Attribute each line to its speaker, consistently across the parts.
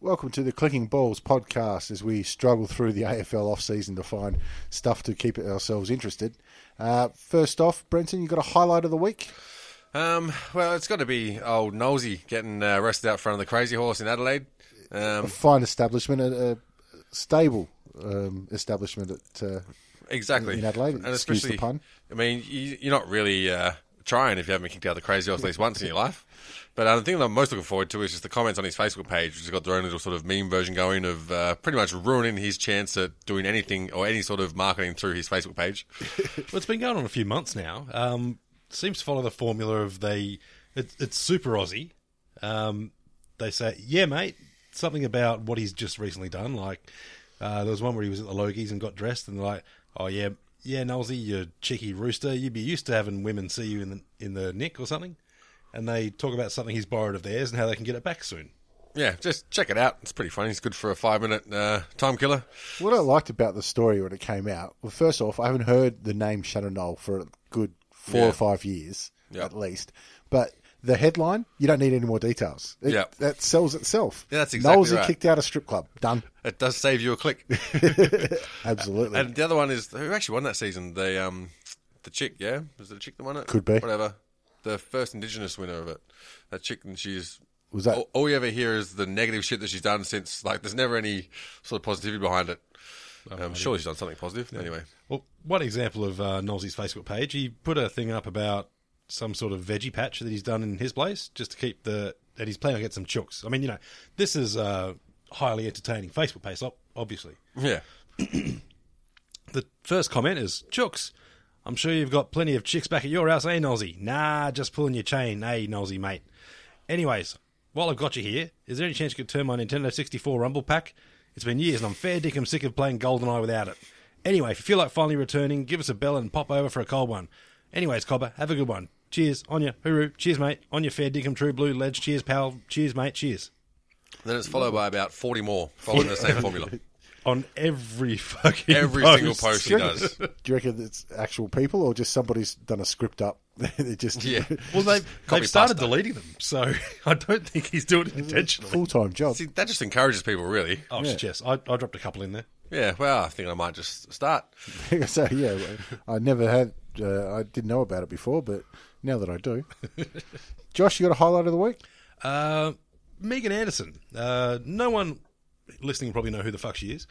Speaker 1: Welcome to the Clicking Balls podcast as we struggle through the AFL offseason to find stuff to keep ourselves interested. Uh, first off, Brenton, you got a highlight of the week?
Speaker 2: Um, well, it's got to be old Nosey getting uh, arrested out front of the Crazy Horse in Adelaide. Um,
Speaker 1: Fine establishment, a, a stable um, establishment at uh,
Speaker 2: exactly
Speaker 1: in Adelaide,
Speaker 2: and
Speaker 1: excuse the
Speaker 2: especially,
Speaker 1: pun.
Speaker 2: I mean, you, you're not really uh, trying if you haven't been kicked out of the Crazy Horse at least once in your life. But uh, the thing that I'm most looking forward to is just the comments on his Facebook page, which has got their own little sort of meme version going of uh, pretty much ruining his chance at doing anything or any sort of marketing through his Facebook page.
Speaker 3: Well, it's been going on a few months now. Um, seems to follow the formula of they. It, it's super Aussie. Um, they say, "Yeah, mate," something about what he's just recently done. Like uh, there was one where he was at the Logies and got dressed, and they're like, "Oh yeah, yeah, Nolsey, you cheeky rooster, you'd be used to having women see you in the in the nick or something." And they talk about something he's borrowed of theirs and how they can get it back soon.
Speaker 2: Yeah, just check it out. It's pretty funny. It's good for a five minute uh, time killer.
Speaker 1: What I liked about the story when it came out, well, first off, I haven't heard the name Shannon Knoll for a good four
Speaker 2: Yeah.
Speaker 1: or five years
Speaker 2: Yeah.
Speaker 1: at least. But the headline, you don't need any more details. It,
Speaker 2: Yeah.
Speaker 1: That sells itself.
Speaker 2: Yeah, that's exactly
Speaker 1: Knowlesy
Speaker 2: right.
Speaker 1: kicked out a strip club. Done.
Speaker 2: It does save you a click.
Speaker 1: Absolutely.
Speaker 2: And the other one is who actually won that season? The um, the chick, yeah, was it the chick that won it?
Speaker 1: Could be.
Speaker 2: whatever. The first Indigenous winner of it, that chick, and she's
Speaker 1: Was that-
Speaker 2: all, all you ever hear is the negative shit that she's done since. Like, there's never any sort of positivity behind it. I'm sure she's done something positive. Anyway,
Speaker 3: Well, one example of uh, Nolsey's Facebook page, he put a thing up about some sort of veggie patch that he's done in his place just to keep the. And he's planning to get some chooks. I mean, you know, this is a highly entertaining Facebook page, ob- obviously.
Speaker 2: yeah,
Speaker 3: The first comment is Chooks, I'm sure you've got plenty of chicks back at your house, eh, Nolsey? Nah, just pulling your chain, eh, Nolsey, mate. Anyways, while I've got you here, is there any chance you could turn my Nintendo 64 Rumble Pack? It's been years and I'm fair dick I'm sick of playing GoldenEye without it. Anyway, if you feel like finally returning, give us a bell and pop over for a cold one. Anyways, Cobber, have a good one. Cheers, on ya, hooroo, cheers, mate, on your fair dickum true blue ledge, cheers, pal, cheers, mate, cheers.
Speaker 2: then it's followed by about 40 more following the same formula.
Speaker 3: On every fucking
Speaker 2: Every single post she
Speaker 1: Do you reckon-
Speaker 2: does.
Speaker 1: Do you reckon it's actual people or just somebody's done a script up? they just
Speaker 2: Yeah.
Speaker 3: Well, they've,
Speaker 2: Copy
Speaker 3: they've started
Speaker 2: pasta.
Speaker 3: deleting them, so I don't think he's doing it intentionally.
Speaker 1: full time job.
Speaker 2: See, that just encourages people, really.
Speaker 3: Oh, shit, yes. I, I dropped a couple in there.
Speaker 2: Yeah. Well, I think I might just start.
Speaker 1: so yeah, I never had. Uh, I didn't know about it before, but now that I do, Josh, you got a highlight of the week?
Speaker 3: Uh, Megan Anderson. Uh, no one listening will probably know who the fuck she is,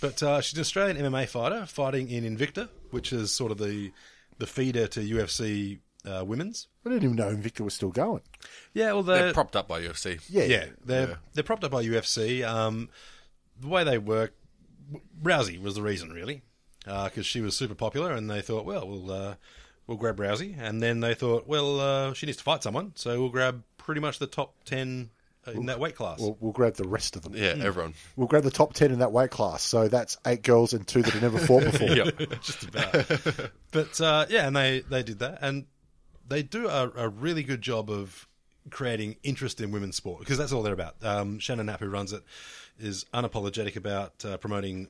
Speaker 3: but uh, she's an Australian MMA fighter fighting in Invicta, which is sort of the the feeder to UFC uh, women's.
Speaker 1: I didn't even know Invicta was still going.
Speaker 3: Yeah, well,
Speaker 2: They're propped up by UFC.
Speaker 1: Yeah,
Speaker 3: yeah, they're they're propped up by UFC. Um, the way they work, Rousey was the reason really, because she was super popular, and they thought, well, we'll uh, we'll grab Rousey, and then they thought, well, uh, she needs to fight someone, so we'll grab pretty much the top ten in that weight class.
Speaker 1: We'll, we'll grab the rest of them.
Speaker 2: Yeah, everyone.
Speaker 1: We'll grab the top ten in that weight class. So that's eight girls and two that have never fought before.
Speaker 3: just about. but uh, yeah, and they they did that, and they do a, a really good job of creating interest in women's sport because that's all they're about. Um, Shannon Knapp, who runs it, is unapologetic about uh, promoting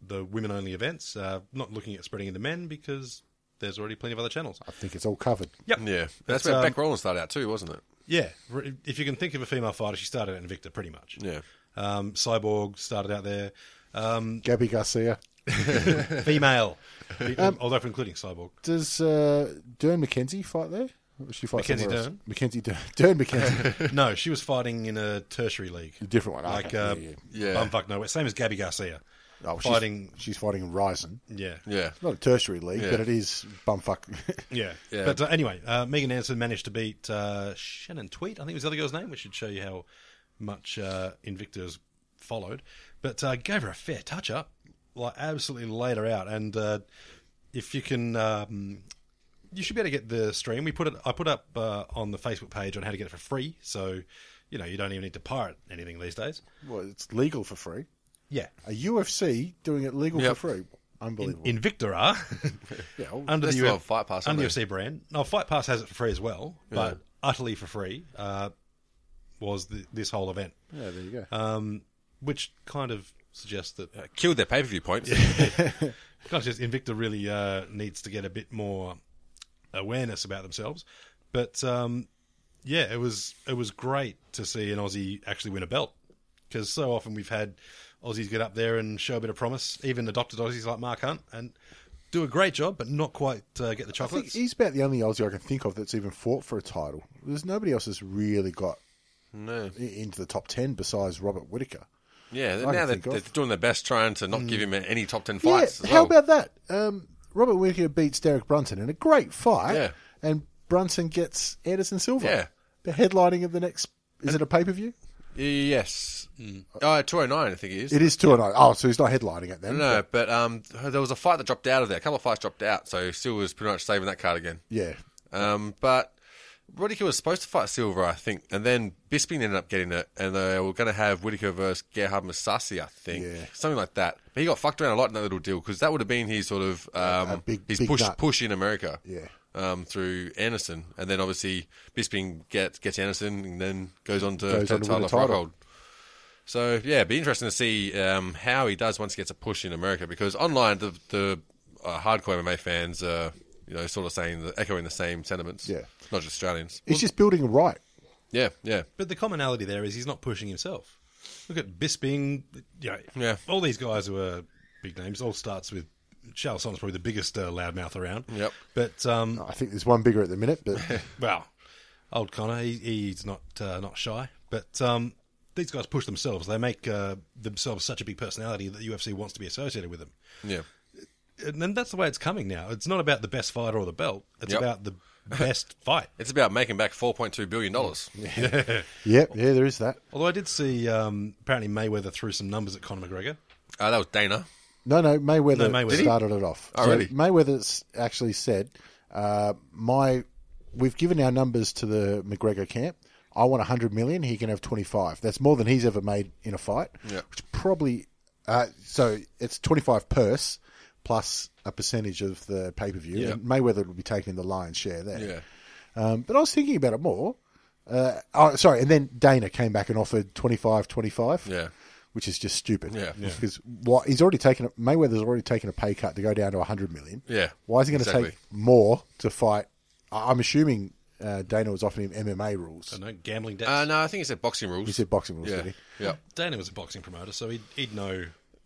Speaker 3: the women-only events, uh, not looking at spreading into men because there's already plenty of other channels.
Speaker 1: I think it's all covered.
Speaker 3: Yep.
Speaker 2: Yeah. That's
Speaker 3: That's,
Speaker 2: where
Speaker 3: um,
Speaker 2: Beck Rollins started out too, wasn't it?
Speaker 3: Yeah, re- if you can think of a female fighter, she started out in Victor, pretty much.
Speaker 2: Yeah.
Speaker 3: Um, Cyborg started out there. Um,
Speaker 1: Gabby Garcia.
Speaker 3: female, although if including Cyborg.
Speaker 1: Does uh, Dern McKenzie fight there? Or She fights
Speaker 3: Mackenzie
Speaker 1: somewhere else?
Speaker 3: Dern?
Speaker 1: Mackenzie Dern. Dern McKenzie.
Speaker 3: No, she was fighting in a tertiary league.
Speaker 1: Different one.
Speaker 3: like
Speaker 1: okay.
Speaker 3: uh,
Speaker 1: Yeah, yeah.
Speaker 2: yeah. Yeah.
Speaker 3: bumfuck nowhere. Same as Gabby Garcia.
Speaker 1: Oh, she's
Speaker 3: fighting.
Speaker 1: She's fighting in Ryzen.
Speaker 3: Yeah.
Speaker 2: Yeah.
Speaker 1: Not a tertiary league,
Speaker 2: Yeah.
Speaker 1: but it is bumfuck.
Speaker 3: Yeah.
Speaker 2: Yeah.
Speaker 3: But uh, anyway, uh, Megan Anderson managed to beat uh, Shannon Tweet, I think was the other girl's name, which should show you how much uh, Invicta's followed. But uh, gave her a fair touch up, like absolutely laid her out. And uh, if you can, um, you should be able to get the stream. We put it, I put up uh, on the Facebook page on how to get it for free. So, you know, you don't even need to pirate anything these days.
Speaker 1: well, it's legal for free.
Speaker 3: Yeah.
Speaker 1: A UFC doing it legal
Speaker 2: Yep.
Speaker 1: for free. Unbelievable.
Speaker 3: Invicta are
Speaker 1: Yeah, well,
Speaker 3: under
Speaker 2: they
Speaker 3: the
Speaker 2: still
Speaker 3: U-
Speaker 2: have Fight Pass,
Speaker 3: under
Speaker 2: don't they?
Speaker 3: UFC brand. No, Fight Pass has it for free as well, but utterly for free uh, was the, this whole event, Um,
Speaker 1: yeah, there you go.
Speaker 3: which kind of suggests that kind
Speaker 2: Killed their pay per view points.
Speaker 3: of suggests Invicta really uh, needs to get a bit more awareness about themselves. But um, yeah, it was it was great to see an Aussie actually win a belt because so often we've had Aussies get up there and show a bit of promise, even adopted Aussies like Mark Hunt and. Do a great job, but not quite uh, get
Speaker 1: I think
Speaker 3: the chocolates.
Speaker 1: he's about the only Aussie I can think of that's even fought for a title. There's nobody else that's really got
Speaker 2: no.
Speaker 1: i- into the top ten besides Robert Whitaker.
Speaker 2: Yeah,
Speaker 1: can
Speaker 2: now they're,
Speaker 1: think of. Mm.
Speaker 2: they're doing their best trying to not give him any top 10 fights.
Speaker 1: yeah,
Speaker 2: as
Speaker 1: how
Speaker 2: well.
Speaker 1: about that? Um, Robert Whitaker beats Derek Brunson in a great fight,
Speaker 2: Yeah.
Speaker 1: and Brunson gets Anderson Silva.
Speaker 2: Yeah.
Speaker 1: The headlining of the next is it a pay per view?
Speaker 2: Yes. Uh, 209, I think it is.
Speaker 1: Mm. It is two and oh, oh, so he's not headlining it then.
Speaker 2: No, but um, there was a fight that dropped out of there. A couple of fights dropped out, so Silva was pretty much saving that card again.
Speaker 1: Yeah.
Speaker 2: Um, but Whitaker was supposed to fight Silva, I think, and then Bisping ended up getting it, and they were going to have Whitaker versus Gerhard Masasi, I think,
Speaker 1: Yeah.
Speaker 2: something like that. But he got fucked around a lot in that little deal because that would have been his sort of um,
Speaker 1: A big-
Speaker 2: his
Speaker 1: big
Speaker 2: push
Speaker 1: nut.
Speaker 2: push in America,
Speaker 1: Yeah.
Speaker 2: um, through Anderson, and then obviously Bisping gets gets Anderson, and then goes on to,
Speaker 1: Goes
Speaker 2: to
Speaker 1: on to win
Speaker 2: title
Speaker 1: a
Speaker 2: off
Speaker 1: title.
Speaker 2: Rockhold. So yeah, it'd be interesting to see um, how he does once he gets a push in America because online the the uh, hardcore MMA fans are you know sort of saying the, echoing the same sentiments.
Speaker 1: Yeah.
Speaker 2: not just Australians.
Speaker 1: He's just building a right.
Speaker 2: Yeah, yeah,
Speaker 3: But the commonality there is he's not pushing himself. Look at Bisping, you know,
Speaker 2: Yeah.
Speaker 3: all these guys who are big names. All starts with Charles Sonnen's probably the biggest uh, loudmouth around.
Speaker 2: Yep.
Speaker 3: But um,
Speaker 1: I think there's one bigger at the minute, but
Speaker 3: well, old Connor, he, he's not uh, not shy. But um, these guys push themselves. They make uh, themselves such a big personality that the UFC wants to be associated with them.
Speaker 2: yeah.
Speaker 3: And then that's the way it's coming now. It's not about the best fighter or the belt. It's
Speaker 2: Yep.
Speaker 3: about the best fight.
Speaker 2: It's about making back four point two billion dollars.
Speaker 1: Mm, yeah, yeah, there is that.
Speaker 3: Although I did see um, apparently Mayweather threw some numbers at Conor McGregor.
Speaker 2: Uh, that was Dana.
Speaker 1: No, no, Mayweather,
Speaker 3: No, Mayweather. Did he?
Speaker 1: started it off.
Speaker 2: Oh,
Speaker 1: so
Speaker 2: really?
Speaker 1: Mayweather's actually said, uh, "My, we've given our numbers to the McGregor camp. I want 100 million. He can have 25. That's more than he's ever made in a fight.
Speaker 2: Yeah.
Speaker 1: Which probably, uh, so it's 25 purse plus a percentage of the pay per view.
Speaker 2: Yeah.
Speaker 1: And Mayweather would be taking the lion's share there.
Speaker 2: Yeah,
Speaker 1: Um, but I was thinking about it more. Uh, oh, sorry. And then Dana came back and offered 25, 25.
Speaker 2: Yeah.
Speaker 1: Which is just stupid.
Speaker 2: Yeah. Yeah.
Speaker 1: Because what he's already taken, a, Mayweather's already taken a pay cut to go down to 100 million.
Speaker 2: Yeah,
Speaker 1: Why is he going to
Speaker 2: exactly.
Speaker 1: take more to fight? I- I'm assuming uh, Dana was offering him MMA rules.
Speaker 3: I don't know, gambling debts.
Speaker 2: uh, no, I think he said boxing rules.
Speaker 1: He said boxing rules,
Speaker 2: yeah,
Speaker 1: did he?
Speaker 2: yeah.
Speaker 3: Dana was a boxing promoter, so he'd, he'd know.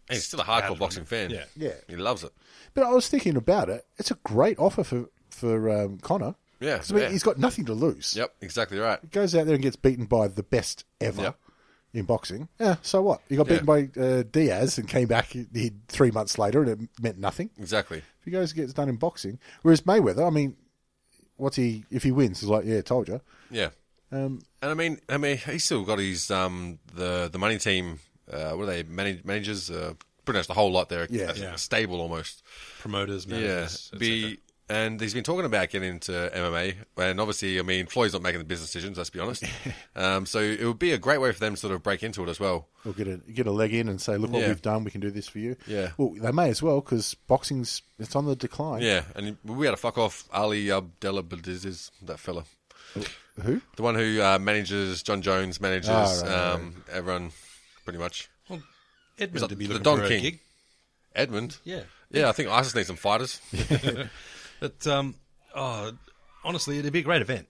Speaker 2: And he's still a hardcore boxing fan.
Speaker 3: Yeah.
Speaker 1: Yeah.
Speaker 2: he loves it.
Speaker 1: But I was thinking about it. It's a great offer for, for um, Connor.
Speaker 2: Yeah,
Speaker 1: 'Cause, I mean,
Speaker 2: yeah.
Speaker 1: he's got nothing to lose.
Speaker 2: Yep, exactly right.
Speaker 1: goes out there and gets beaten by the best ever
Speaker 2: Yep.
Speaker 1: in boxing. Yeah, so what? He got
Speaker 2: Yeah.
Speaker 1: beaten by uh, Diaz and came back he, he- three months later, and it meant nothing.
Speaker 2: Exactly.
Speaker 1: If he goes and gets done in boxing, whereas Mayweather, I mean, what's he? If he wins, he's like, yeah, told you.
Speaker 2: Yeah.
Speaker 1: Um,
Speaker 2: and I mean, I mean, he's still got his um the the money team. Uh, what are they manage, managers? Uh, pretty much the whole lot. They're
Speaker 1: Yeah.
Speaker 2: a- a stable almost.
Speaker 3: Promoters,
Speaker 2: Yeah.
Speaker 3: managers. et
Speaker 2: Be and he's been talking about getting into MMA, and obviously, I mean, Floyd's not making the business decisions. Let's be honest. um, so it would be a great way for them to sort of break into it as well.
Speaker 1: Or get a get a leg in and say, look what
Speaker 2: Yeah.
Speaker 1: we've done. We can do this for you.
Speaker 2: Yeah.
Speaker 1: Well, they may as well because boxing's it's on the decline.
Speaker 2: Yeah, and we had to fuck off Ali Abdelabadiz, that fella,
Speaker 1: Who?
Speaker 2: the one who uh, manages John Jones, manages
Speaker 1: Ah, right, right,
Speaker 2: um, everyone, pretty much.
Speaker 3: cetera. Well,
Speaker 2: He's
Speaker 3: Edmund
Speaker 2: like
Speaker 3: to be
Speaker 2: the
Speaker 3: looking
Speaker 2: Don
Speaker 3: for
Speaker 2: King.
Speaker 3: a gig.
Speaker 2: Edmund.
Speaker 3: Yeah.
Speaker 2: Yeah, I think ISIS needs some fighters.
Speaker 3: But um, oh, honestly, it'd be a great event.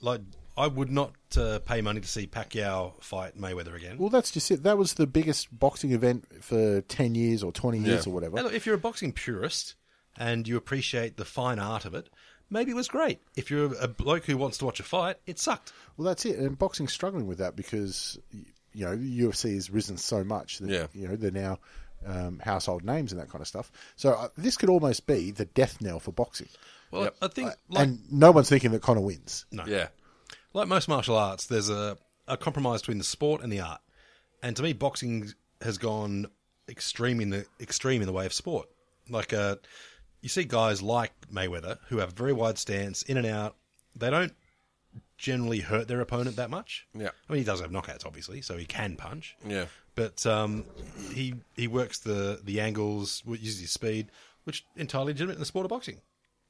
Speaker 3: Like, I would not uh, pay money to see Pacquiao fight Mayweather again.
Speaker 1: Well, that's just it. That was the biggest boxing event for ten years or twenty years
Speaker 2: Yeah.
Speaker 1: or whatever.
Speaker 3: Hey, look, if you're a boxing purist and you appreciate the fine art of it, maybe it was great. If you're a bloke who wants to watch a fight, it sucked.
Speaker 1: Well, that's it. And boxing's struggling with that because y- you know the UFC has risen so much that
Speaker 2: Yeah.
Speaker 1: you know they're now um, household names and that kind of stuff. So uh, this could almost be the death knell for boxing.
Speaker 3: Well,
Speaker 2: Yep.
Speaker 3: I think like
Speaker 1: and no one's thinking that Connor wins.
Speaker 3: no.
Speaker 2: Yeah.
Speaker 3: like most martial arts, there's a, a compromise between the sport and the art. And to me, boxing has gone extreme in the extreme in the way of sport. Like uh, you see guys like Mayweather who have a very wide stance, in and out. They don't generally hurt their opponent that much.
Speaker 2: Yeah.
Speaker 3: I mean he does have knockouts obviously, so he can punch.
Speaker 2: Yeah.
Speaker 3: But um, he he works the the angles, uses his speed, which entirely legitimate in the sport of boxing.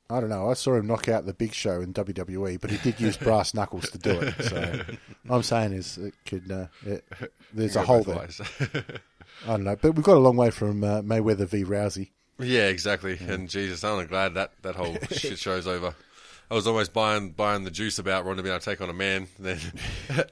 Speaker 1: I don't know. I saw him knock out the Big Show in WWE, but he did use brass knuckles to do it. So I'm saying is it could uh, it, there's a hole
Speaker 2: Both
Speaker 1: there.
Speaker 2: ways.
Speaker 1: I don't know, but we've got a long way from uh, Mayweather v Rousey.
Speaker 2: yeah, exactly. And Jesus, I'm glad that that whole shit show's over. I was almost buying buying the juice about wanting to be able to take on a man, then,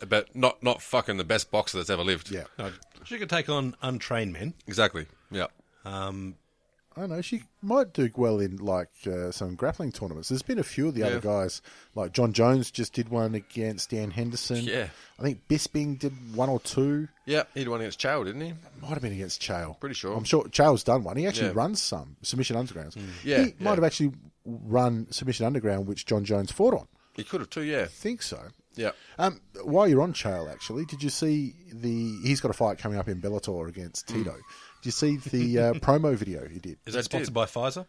Speaker 2: but not not fucking the best boxer that's ever lived.
Speaker 1: Yeah,
Speaker 3: No, she could take on untrained men.
Speaker 2: exactly. Yeah,
Speaker 1: I don't know. She might do well in like uh, some grappling tournaments. There's been a few of the other
Speaker 2: Yeah.
Speaker 1: guys, like John Jones, just did one against Dan Henderson.
Speaker 2: Yeah.
Speaker 1: I think Bisping did one or two.
Speaker 2: yeah. He'd won against Chow, didn't he?
Speaker 1: Might have been against Chael.
Speaker 2: Pretty sure.
Speaker 1: I'm sure Chael's done one. He actually
Speaker 2: Yeah. Hmm.
Speaker 1: runs some submission undergrounds.
Speaker 2: Yeah,
Speaker 1: he might
Speaker 2: yeah.
Speaker 1: have actually run submission underground, which John Jones fought on.
Speaker 2: He could have too. Yeah,
Speaker 1: I think so.
Speaker 2: yeah.
Speaker 1: Um, while you're on Chael, actually, did you see the? He's got a fight coming up in Bellator against
Speaker 2: Hmm.
Speaker 1: Tito. Did you see the uh, promo video he did?
Speaker 3: Is that
Speaker 2: They did.
Speaker 3: sponsored by Pfizer?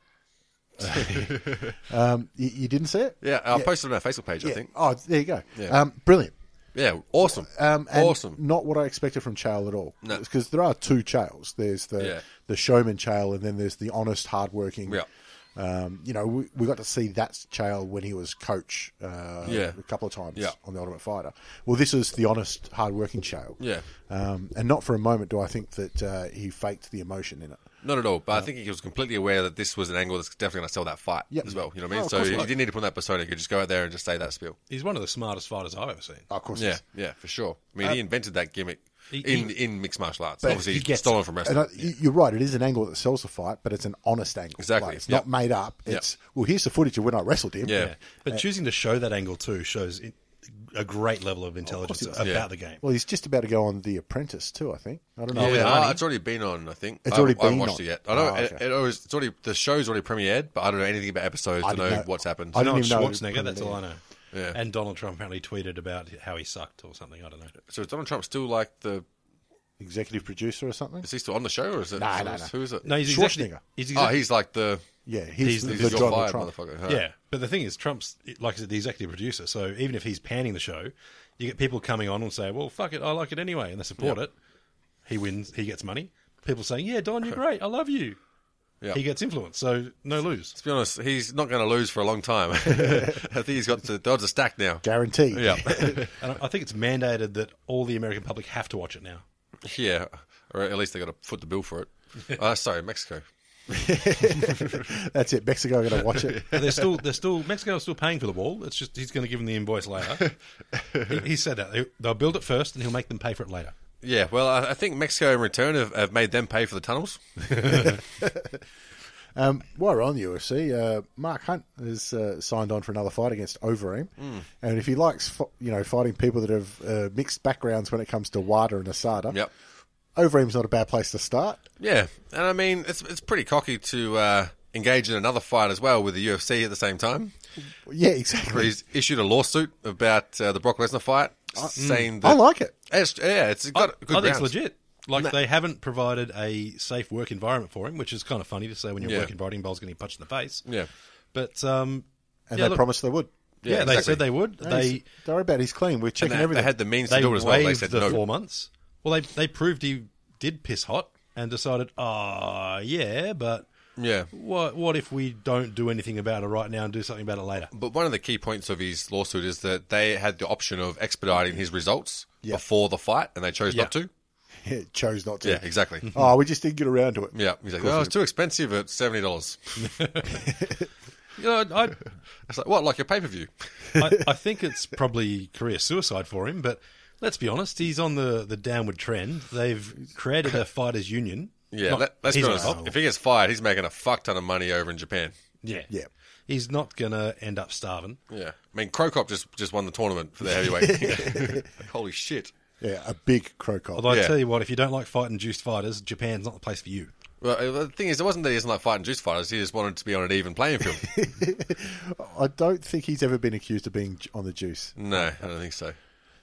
Speaker 1: You, you didn't see it?
Speaker 2: Yeah, I posted it on our Facebook page, I
Speaker 1: Yeah.
Speaker 2: think.
Speaker 1: Oh, there you go.
Speaker 2: Yeah.
Speaker 1: Um, brilliant.
Speaker 2: Yeah, awesome.
Speaker 1: Um, and
Speaker 2: awesome.
Speaker 1: Not what I expected from Chael at all.
Speaker 2: No.
Speaker 1: Because there are two Chaels. There's the
Speaker 2: Yeah.
Speaker 1: the showman Chael, and then there's the honest, hardworking.
Speaker 2: Yeah.
Speaker 1: Um, you know, we, we got to see that Chael when he was coach uh,
Speaker 2: Yeah.
Speaker 1: a couple of times
Speaker 2: Yeah.
Speaker 1: on the Ultimate Fighter. Well, this is the honest, hardworking Chael.
Speaker 2: Yeah.
Speaker 1: Um, and not for a moment do I think that uh, he faked the emotion in it.
Speaker 2: Not at all. But I think he was completely aware that this was an angle that's definitely going to sell that fight
Speaker 1: Uh-huh. Yep.
Speaker 2: as well. You know what
Speaker 1: Oh,
Speaker 2: I mean?
Speaker 1: of
Speaker 2: so
Speaker 1: course
Speaker 2: he
Speaker 1: not.
Speaker 2: didn't need to put on that persona. He could just go out there and just say that spiel.
Speaker 3: He's one of the smartest fighters I've ever seen.
Speaker 1: Oh, of course, Uh,
Speaker 2: Yeah,
Speaker 1: it's-
Speaker 2: yeah, for sure. I mean, he invented that gimmick
Speaker 3: He-
Speaker 2: in,
Speaker 3: he-
Speaker 2: in mixed martial arts.
Speaker 3: But
Speaker 2: Obviously,
Speaker 3: he
Speaker 2: he
Speaker 3: gets
Speaker 2: stolen
Speaker 3: it.
Speaker 2: from
Speaker 1: And
Speaker 2: wrestling.
Speaker 1: I, you- you're right. It is an angle that sells the fight, but it's an honest angle.
Speaker 2: Exactly.
Speaker 1: Like, it's
Speaker 2: Yep.
Speaker 1: not made up. It's well, here's the footage of when I wrestled him.
Speaker 2: Yeah.
Speaker 3: But
Speaker 1: Uh,
Speaker 3: choosing to show that angle too shows it, a great level of intelligence about
Speaker 2: Yeah.
Speaker 3: the game.
Speaker 1: Well, he's just about to go on The Apprentice too. I think. I don't know.
Speaker 2: Yeah,
Speaker 1: whether-
Speaker 2: uh, it's already been on. I think
Speaker 1: It's
Speaker 2: I,
Speaker 1: already
Speaker 2: I haven't
Speaker 1: been
Speaker 2: watched
Speaker 1: on.
Speaker 2: it yet. I know
Speaker 1: Oh,
Speaker 2: it,
Speaker 1: okay.
Speaker 2: it always, it's already the show's already premiered, but I don't know anything about episodes
Speaker 1: I
Speaker 2: to know,
Speaker 1: didn't know-
Speaker 2: what's happened.
Speaker 1: I
Speaker 3: No,
Speaker 1: didn't even know it
Speaker 3: Schwarzenegger,
Speaker 1: was
Speaker 3: that's all I know.
Speaker 2: Yeah.
Speaker 3: And Donald Trump apparently tweeted about how he sucked or something. I don't know.
Speaker 1: Uh,
Speaker 2: so is Donald Trump still like the
Speaker 1: Executive producer or something.
Speaker 2: is he still on the show or is it
Speaker 1: Nah,
Speaker 2: who
Speaker 1: nah,
Speaker 2: is-
Speaker 1: nah.
Speaker 2: who is it?
Speaker 3: No, he's
Speaker 1: Schwarzenegger.
Speaker 3: Exactly, he's
Speaker 2: oh,
Speaker 3: exactly,
Speaker 2: he's like the
Speaker 1: Yeah, he's,
Speaker 3: He's the-
Speaker 1: the,
Speaker 2: he's
Speaker 1: the
Speaker 2: got
Speaker 1: Donald
Speaker 2: fired
Speaker 1: Trump.
Speaker 2: motherfucker. Huh.
Speaker 3: yeah. But the thing is, Trump's like I said, the executive producer. So even if he's panning the show, you get people coming on and say, "Well, fuck it, I like it anyway," and they support it. He wins. He gets money. People saying, "Yeah, Don, you're great. I love you."
Speaker 2: Yeah.
Speaker 3: He gets influence. So no lose.
Speaker 2: To be honest, he's not going to lose for a long time. I think he's got the, the odds are stacked now.
Speaker 1: Guaranteed.
Speaker 2: Yeah,
Speaker 3: And I- I think it's mandated that all the American public have to watch it now.
Speaker 2: yeah, or at least they got to foot the bill for it. Uh, sorry, Mexico.
Speaker 1: That's it. Mexico are going to watch it.
Speaker 3: But they're still, they're still, Mexico's still paying for the wall. It's just he's going to give them the invoice later. he, he said that They- they'll build it first, and he'll make them pay for it later.
Speaker 2: Yeah, well, I, I think Mexico in return have, have made them pay for the tunnels.
Speaker 1: Um, while we're on the UFC, uh, Mark Hunt has uh, signed on for another fight against Overeem,
Speaker 2: Hmm.
Speaker 1: and if he likes, fo- you know, fighting people that have uh, mixed backgrounds when it comes to WADA and Asada,
Speaker 2: Yep.
Speaker 1: Overeem's not a bad place to start.
Speaker 2: Yeah, and I mean it's it's pretty cocky to uh, engage in another fight as well with the UFC at the same time.
Speaker 1: Yeah, exactly.
Speaker 3: Hmm.
Speaker 2: Where he's issued a lawsuit about uh, the Brock Lesnar fight, saying that
Speaker 1: I like it.
Speaker 2: It's- yeah, it's got good
Speaker 3: mm. I think it's
Speaker 2: grounds.
Speaker 3: legit. Like they haven't provided a safe work environment for him, which is kind of funny to say when your
Speaker 2: Yeah.
Speaker 3: work environment involves getting punched in the face.
Speaker 2: Yeah.
Speaker 3: but um,
Speaker 1: And
Speaker 3: yeah,
Speaker 1: they
Speaker 3: look,
Speaker 1: promised they would.
Speaker 3: Yeah,
Speaker 2: Yeah,
Speaker 3: they
Speaker 2: exactly.
Speaker 3: said they would.
Speaker 1: He's-
Speaker 3: They
Speaker 1: don't worry about. it, He's clean. We're
Speaker 2: And
Speaker 1: checking
Speaker 2: they, they
Speaker 1: everything.
Speaker 2: had the means to
Speaker 3: they
Speaker 2: do it as well. They
Speaker 3: waived
Speaker 2: said
Speaker 3: the
Speaker 2: no.
Speaker 3: four months. Well, they they proved he did piss hot and decided, ah, yeah, but
Speaker 2: Yeah,
Speaker 3: what what if we don't do anything about it right now and do something about it later?
Speaker 2: but one of the key points of his lawsuit is that they had the option of expediting his results
Speaker 1: Yeah.
Speaker 2: before the fight, and they chose
Speaker 3: Yeah.
Speaker 2: not to.
Speaker 1: chose not to.
Speaker 2: Yeah, exactly.
Speaker 1: Oh, we just didn't get around to it.
Speaker 2: Yeah, exactly. Oh, it's too expensive at seventy dollars.
Speaker 3: You know, I
Speaker 2: It's like what, like your pay per view?
Speaker 3: I, I think it's probably career suicide for him, but let's be honest, he's on the, the downward trend. They've created a fighters union.
Speaker 2: Yeah,
Speaker 3: Not-
Speaker 2: let, us be
Speaker 3: he's
Speaker 2: honest.
Speaker 3: not involved.
Speaker 2: If he gets fired, he's making a fuck ton of money over in Japan.
Speaker 3: yeah.
Speaker 1: Yeah.
Speaker 3: He's not going to end up starving.
Speaker 2: Yeah, I mean, Krokop just just won the tournament for the heavyweight. Holy shit!
Speaker 1: Yeah, a big crow cop.
Speaker 3: Although I
Speaker 2: Yeah.
Speaker 3: tell you what, if you don't like fighting juiced fighters, Japan's not the place for you.
Speaker 2: Well, uh, the thing is, it wasn't that he doesn't like fighting juice fighters. He just wanted to be on an even playing field.
Speaker 1: I don't think he's ever been accused of being j- on the juice.
Speaker 2: no, I don't think so.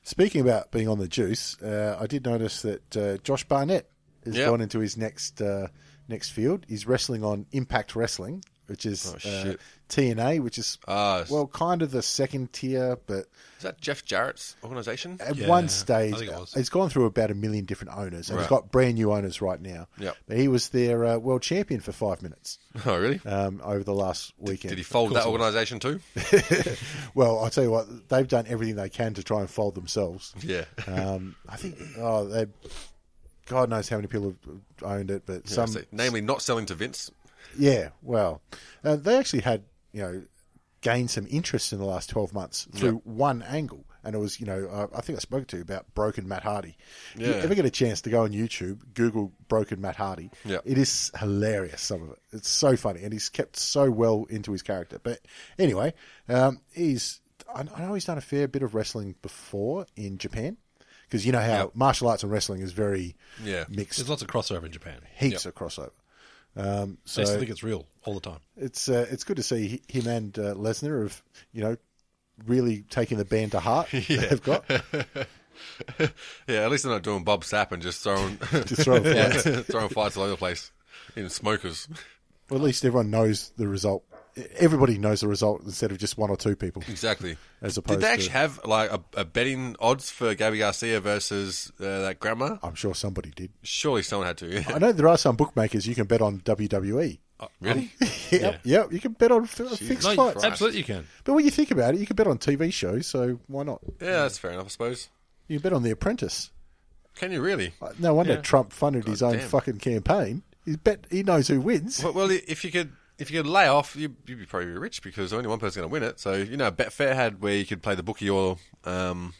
Speaker 1: Speaking about being on the juice, uh, I did notice that uh, Josh Barnett has
Speaker 2: Yep.
Speaker 1: gone into his next uh, next field. He's wrestling on Impact Wrestling, which is uh,
Speaker 2: Oh, shit.
Speaker 1: TNA, which is
Speaker 2: Ah, it's-
Speaker 1: well kind of the second tier, but
Speaker 2: Is that Jeff Jarrett's organization?
Speaker 1: at
Speaker 3: Yeah, I
Speaker 1: one stage
Speaker 3: think it was.
Speaker 1: he's gone through about a million different owners, and he's
Speaker 2: Right.
Speaker 1: got brand new owners right now.
Speaker 2: Yep.
Speaker 1: But he was their uh, world champion for five minutes
Speaker 2: Oh, really?
Speaker 1: um, over the last weekend.
Speaker 2: Did he fold that organization too?
Speaker 1: Well, I'll tell you what, they've done everything they can to try and fold themselves.
Speaker 2: Yeah.
Speaker 1: Um, I think, oh, they, God knows how many people have owned it, but some,
Speaker 2: So, namely, not selling to Vince.
Speaker 1: yeah, well, uh, they actually had, you know, gained some interest in the last 12 months through one angle. And it was, you know, uh, I I think I spoke to you about Broken Matt Hardy. If
Speaker 2: Yeah.
Speaker 1: you ever get a chance to go on YouTube, Google Broken Matt Hardy,
Speaker 2: Yeah.
Speaker 1: it is hilarious, some of it. It's so funny. And he's kept so well into his character. But anyway, um, he's, I I know he's done a fair bit of wrestling before in Japan. Because you know how martial arts and wrestling is very
Speaker 2: Yeah.
Speaker 1: mixed,
Speaker 3: There's lots of crossover in Japan.
Speaker 1: heaps of crossover. Um, so
Speaker 3: They still think it's real all the time.
Speaker 1: it's uh, it's good to see hi- him and uh, Lesnar have you know really taking the band to heart that they've got
Speaker 2: Yeah, at least they're not doing Bob Sapp and just throwing
Speaker 1: to throw. a fight.
Speaker 2: throwing fights all over the place in smokers.
Speaker 1: Well, at least everyone knows the result. E, Everybody knows the result instead of just one or two people.
Speaker 2: Exactly.
Speaker 1: As
Speaker 2: Did
Speaker 1: opposed
Speaker 2: they
Speaker 1: to-
Speaker 2: actually have like a, a betting odds for Gabby Garcia versus uh, that grandma?
Speaker 1: I'm sure somebody did.
Speaker 2: Surely someone had to. yeah. Oh,
Speaker 1: I know there are some bookmakers you can bet on WWE.
Speaker 2: really?
Speaker 1: Yep, yep, you can bet on f- fixed
Speaker 3: No,
Speaker 1: fights.
Speaker 3: absolutely, you can.
Speaker 1: But when you think about it, you can bet on TV shows, so why not?
Speaker 2: yeah, that's fair enough, I suppose.
Speaker 1: You can bet on The Apprentice.
Speaker 2: Can you really?
Speaker 1: Uh, No wonder Trump funded his own
Speaker 2: damn.
Speaker 1: fucking campaign. He bet he knows who wins.
Speaker 2: Well, well, if you could, if you could lay off, you'd, you'd be probably rich because only one person's going to win it. So you know, Betfair had where you could play the bookie or um,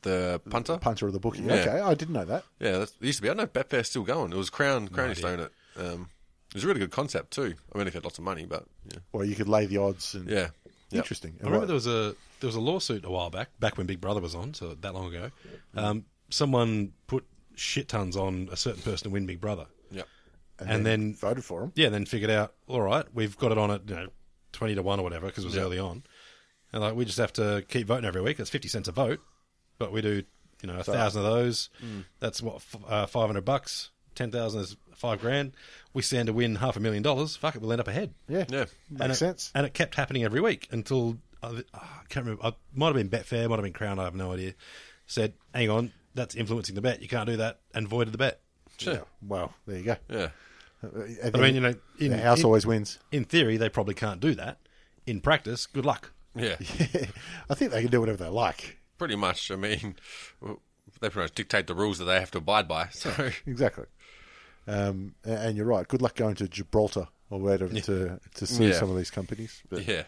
Speaker 2: the punter.
Speaker 1: Punter of the bookie.
Speaker 2: Yeah.
Speaker 1: Okay, I didn't know that.
Speaker 2: Yeah, that's, it used to be. I don't know if Betfair's still going. It was Crown Crown used to own it. Um, it was a really good concept too. I mean, if you had lots of money, but yeah,
Speaker 1: Or you could lay the odds and
Speaker 2: yeah. Yep.
Speaker 1: Interesting.
Speaker 3: I remember there was a there was a lawsuit a while back, back when Big Brother was on, so that long ago. Um, someone put shit tons on a certain person to win Big Brother,
Speaker 2: Yep.
Speaker 3: and, then,
Speaker 1: voted for him.
Speaker 3: yeah, then figured out, all right, we've got it on at you know twenty to one or whatever because it was early on, and like we just have to keep voting every week. It's fifty cents a vote, but we do you know a thousand of those. That's what f- uh, five hundred bucks. Ten thousand is five grand. We stand to win half a million dollars. Fuck it, we'll end up ahead.
Speaker 1: Yeah,
Speaker 2: Yeah.
Speaker 1: makes
Speaker 3: And it-
Speaker 1: sense.
Speaker 3: And it kept happening every week until I, ah, I can't remember. I might have been Betfair, might have been Crown. I have no idea. Said, "Hang on, that's influencing the bet. You can't do that," and voided the bet.
Speaker 2: Sure.
Speaker 1: Well, there you go.
Speaker 2: Yeah.
Speaker 1: And
Speaker 3: But I mean, you know, in,
Speaker 1: the house
Speaker 3: in-
Speaker 1: always wins.
Speaker 3: in theory, they probably can't do that. In practice, good luck.
Speaker 2: Yeah.
Speaker 1: I think they can do whatever they like.
Speaker 2: Pretty much. I mean, they pretty much dictate the rules that they have to abide by. So
Speaker 1: Exactly. Um, a- and you're right. Good luck going to Gibraltar or wherever to to see
Speaker 2: Yeah.
Speaker 1: some of these companies. But,
Speaker 2: yeah.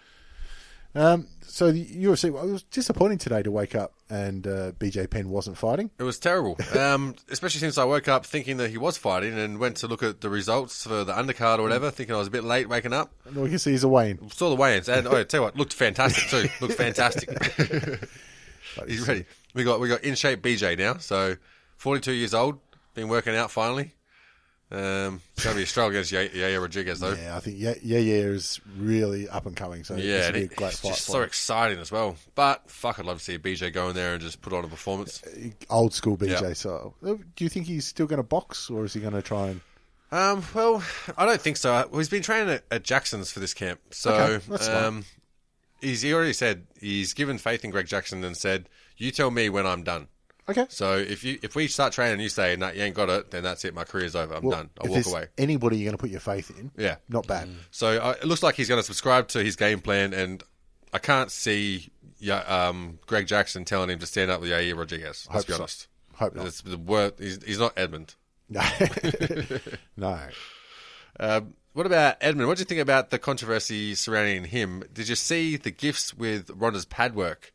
Speaker 1: Um, so the UFC. Well, it was disappointing today to wake up and uh, BJ Penn wasn't fighting.
Speaker 2: It was terrible, um, especially since I woke up thinking that he was fighting and went to look at the results for the undercard or whatever, thinking I was a bit late waking up.
Speaker 1: And we can see he's away. In.
Speaker 2: Saw the weigh-ins and oh, I tell you what, looked fantastic too. Looked fantastic. He's ready. We got we got in shape BJ now, so forty-two years old, been working out finally. Um, it's gonna be a struggle against Yaya Rodriguez though. Yeah,
Speaker 1: Yeah, I think yeah, yeah, yeah is really up and coming. So yeah,
Speaker 2: and
Speaker 1: be a
Speaker 2: it,
Speaker 1: great
Speaker 2: it's
Speaker 1: fight.
Speaker 2: just
Speaker 1: for
Speaker 2: so
Speaker 1: him.
Speaker 2: exciting as well. But fuck, I'd love to see BJ go in there and just put on a performance.
Speaker 1: Old school BJ
Speaker 2: Yeah.
Speaker 1: style. Uh, Do you think he's still going to box, or is he going to try and?
Speaker 2: Um, well, I don't think so. Uh, Well, He's been training at, at Jackson's for this camp, so
Speaker 1: Okay, that's fine.
Speaker 2: um, he's he already said he's given faith in Greg Jackson and said, "You tell me when I'm done."
Speaker 1: Okay.
Speaker 2: So if you if we start training and you say, "No, you ain't got it," then that's it. My career's over. I'm
Speaker 1: Well,
Speaker 2: done.
Speaker 1: if
Speaker 2: I'll walk
Speaker 1: there's
Speaker 2: away.
Speaker 1: Anybody you're going to put your faith in?
Speaker 2: Yeah.
Speaker 1: Not bad.
Speaker 2: So uh, it looks like he's going to subscribe to his game plan, and I can't see yeah, um, Greg Jackson telling him to stand up with Yair Rodriguez. Let's
Speaker 1: Hope
Speaker 2: be
Speaker 1: so.
Speaker 2: honest.
Speaker 1: Hope not.
Speaker 2: It's the wor- he's, he's not Edmund.
Speaker 1: No. no.
Speaker 2: Um, what about Edmund? What do you think about the controversy surrounding him? Did you see the gifts with Rhonda's pad work?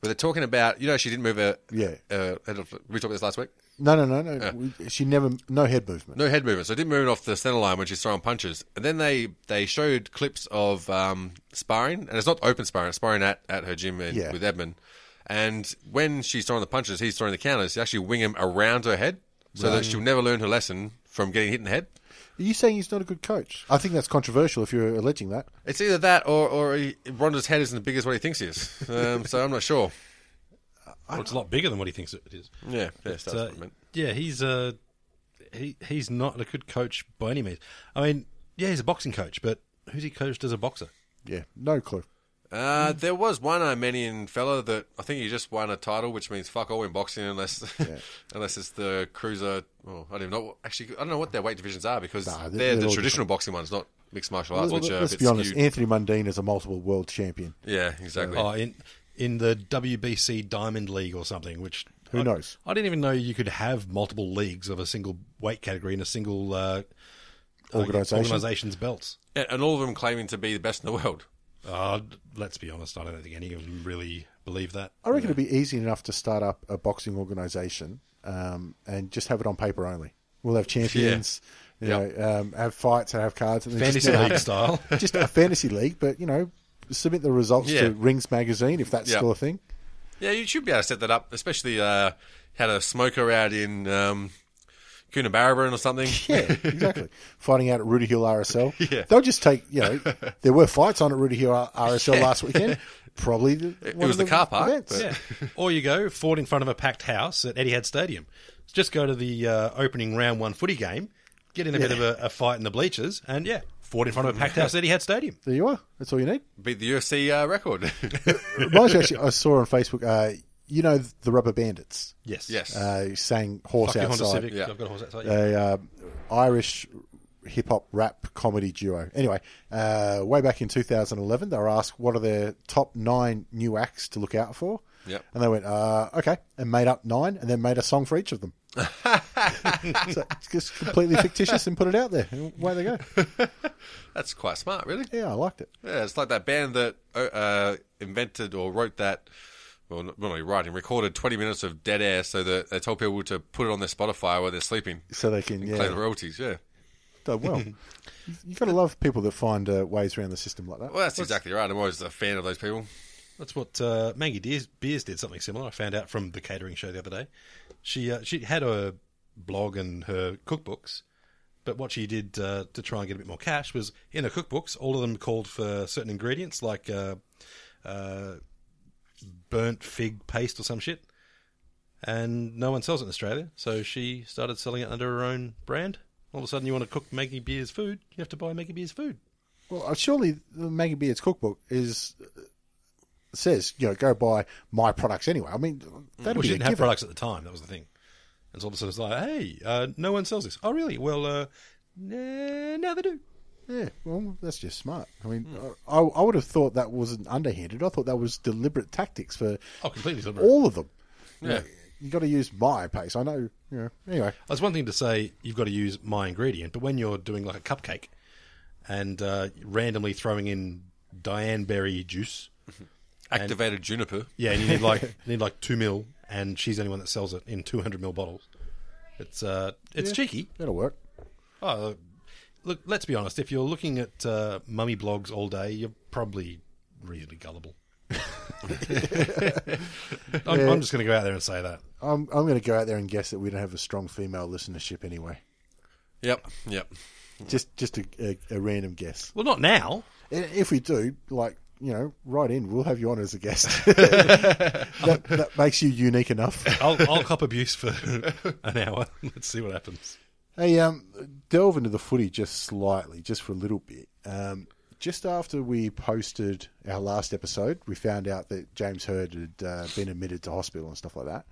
Speaker 2: Where they're talking about, you know, she didn't move her.
Speaker 1: Yeah.
Speaker 2: Uh, head off, we talked about this last week.
Speaker 1: No, no, no, no. We- She never, no head movement.
Speaker 2: No head movement. So it didn't move off the center line when she's throwing punches. And then they, they showed clips of um, sparring, and it's not open sparring, it's sparring at, at her gym and,
Speaker 1: Yeah.
Speaker 2: with Edmund. And when she's throwing the punches, he's throwing the counters, he actually wing him around her head so that she'll never learn her lesson from getting hit in the head.
Speaker 1: Are you saying he's not a good coach? I think that's controversial if you're alleging that.
Speaker 2: It's either that or, or he, Ronda's head isn't as big as what he thinks it is. Um, so I'm not sure.
Speaker 3: Well, it's a lot bigger than what he thinks it is.
Speaker 2: Yeah, yes, that's
Speaker 3: So,
Speaker 2: what I meant.
Speaker 3: yeah, he's uh, he he's not a good coach by any means. I mean, yeah, he's a boxing coach, but who's he coached as a boxer?
Speaker 1: Yeah, no clue.
Speaker 2: Uh, there was one Armenian fella that I think he just won a title, which means fuck all in boxing unless unless it's the cruiser. Oh, I don't even know. what- Actually, I don't know what their weight divisions are because
Speaker 1: Nah,
Speaker 2: they're,
Speaker 1: they're
Speaker 2: the
Speaker 1: all
Speaker 2: traditional boxing ones, not mixed martial arts.
Speaker 1: Well,
Speaker 2: which are a
Speaker 1: let's
Speaker 2: bit
Speaker 1: be honest.
Speaker 2: skewed.
Speaker 1: Anthony Mundine is a multiple world champion.
Speaker 2: Yeah, exactly.
Speaker 3: Oh, in in the WBC Diamond League or something. Which
Speaker 1: Who
Speaker 3: I,
Speaker 1: knows?
Speaker 3: I didn't even know you could have multiple leagues of a single weight category in a single uh, uh,
Speaker 1: Organisation.
Speaker 3: organization's belts.
Speaker 2: And, and all of them claiming to be the best in the world.
Speaker 3: Uh, let's be honest, I don't think any of them really believe that.
Speaker 1: I reckon it'd be easy enough to start up a boxing organization um, and just have it on paper only. We'll have champions, you
Speaker 2: Yep.
Speaker 1: know, um, have fights and have cards. And then just-
Speaker 3: Fantasy league style.
Speaker 1: just a fantasy league, but you know, submit the results
Speaker 2: Yeah.
Speaker 1: to Rings Magazine if that's
Speaker 2: Yeah.
Speaker 1: still a thing.
Speaker 2: Yeah, you should be able to set that up, especially uh, had a smoker out in um, Coonabarabran or something.
Speaker 1: Yeah, exactly. Fighting out at Rudy Hill RSL,
Speaker 2: Yeah.
Speaker 1: they'll just take. You know, there were fights on at Rudy Hill R- RSL last weekend. Probably the,
Speaker 2: It- it
Speaker 1: one
Speaker 2: was
Speaker 1: of
Speaker 2: the car park,
Speaker 1: events.
Speaker 2: but-
Speaker 3: Yeah. or you go fought in front of a packed house at Etihad Stadium. Just go to the uh, opening round one footy game, get in a bit of a, a fight in the bleachers, and yeah, fought in front of a packed house at Etihad Stadium.
Speaker 1: There you are. That's all you need.
Speaker 2: Beat the UFC uh, record.
Speaker 1: Reminds me, actually, I saw on Facebook. Uh, you know the Rubber Bandits.
Speaker 3: Yes.
Speaker 2: yes.
Speaker 1: Uh, who sang horse
Speaker 3: Fuck your Honda
Speaker 1: outside.
Speaker 3: Civic.
Speaker 2: Yeah.
Speaker 3: I've got a horse outside.
Speaker 1: a uh, Irish hip hop rap comedy duo. Anyway, uh, way back in 2011, they were asked what are their top nine new acts to look out for.
Speaker 2: Yep.
Speaker 1: And they went, uh, okay, and made up nine and then made a song for each of them. so it's just completely fictitious and put it out there. And away they go.
Speaker 2: That's quite smart, really.
Speaker 1: Yeah, I liked it.
Speaker 2: Yeah, it's like that band that uh, invented or wrote that. Well, not really writing, recorded 20 minutes of dead air so that they told people to put it on their Spotify while they're sleeping.
Speaker 1: So they can,
Speaker 2: Claim
Speaker 1: yeah,
Speaker 2: the royalties, yeah.
Speaker 1: done well. You've got to love people that find uh, ways around the system like that.
Speaker 2: Well, that's exactly right. I'm always a fan of those people.
Speaker 3: That's what uh, Maggie Deers, Beers did something similar. I found out from the catering show the other day. She uh, she had her blog and her cookbooks, but what she did uh, to try and get a bit more cash was in her cookbooks, all of them called for certain ingredients like uh, uh, burnt fig paste or some shit, and no one sells it in Australia. So she started selling it under her own brand. All of a sudden, you want to cook Maggie Beers food, you have to buy Maggie Beers food.
Speaker 1: Well, uh, surely the Maggie Beard's cookbook is uh, says you know go buy my products anyway. I mean that
Speaker 3: Well,
Speaker 1: would
Speaker 3: she
Speaker 1: be a
Speaker 3: didn't have
Speaker 1: given.
Speaker 3: products at the time. That was the thing. And so all of a sudden it's like, hey, uh, no one sells this. Oh, really? Well, uh, nah, now they do.
Speaker 1: Yeah, well that's just smart. I mean,
Speaker 3: Hmm.
Speaker 1: I, I would have thought that wasn't underhanded. I thought that was deliberate tactics for
Speaker 3: Oh, completely deliberate.
Speaker 1: all of them.
Speaker 2: Yeah.
Speaker 1: You got to use my pace. I know. You know. Anyway,
Speaker 3: It's one thing to say you've got to use my ingredient, but when you're doing like a cupcake and uh, randomly throwing in Diane berry juice,
Speaker 2: Activated Juniper.
Speaker 3: yeah, and you need like you need like two mil, and she's the only one that sells it in two hundred mil bottles. It's uh, it's cheeky.
Speaker 1: that'll work.
Speaker 3: Oh, look, let's be honest. If you're looking at uh, mummy blogs all day, you're probably reasonably gullible. I'm, I'm just going to go out there and say that.
Speaker 1: I'm I'm going to go out there and guess that we don't have a strong female listenership anyway.
Speaker 2: Yep, yep.
Speaker 3: Hmm.
Speaker 1: Just just a, a, a random guess.
Speaker 3: Well, not now.
Speaker 1: And If we do, like, you know, right in, we'll have you on as a guest. that, that makes you unique enough.
Speaker 3: I'll, I'll cop abuse for an hour. Let's see what happens.
Speaker 1: Hey, um, delve into the footy just slightly, just for a little bit. Um, just after we posted our last episode, we found out that James Heard had uh, been admitted to hospital and stuff like that.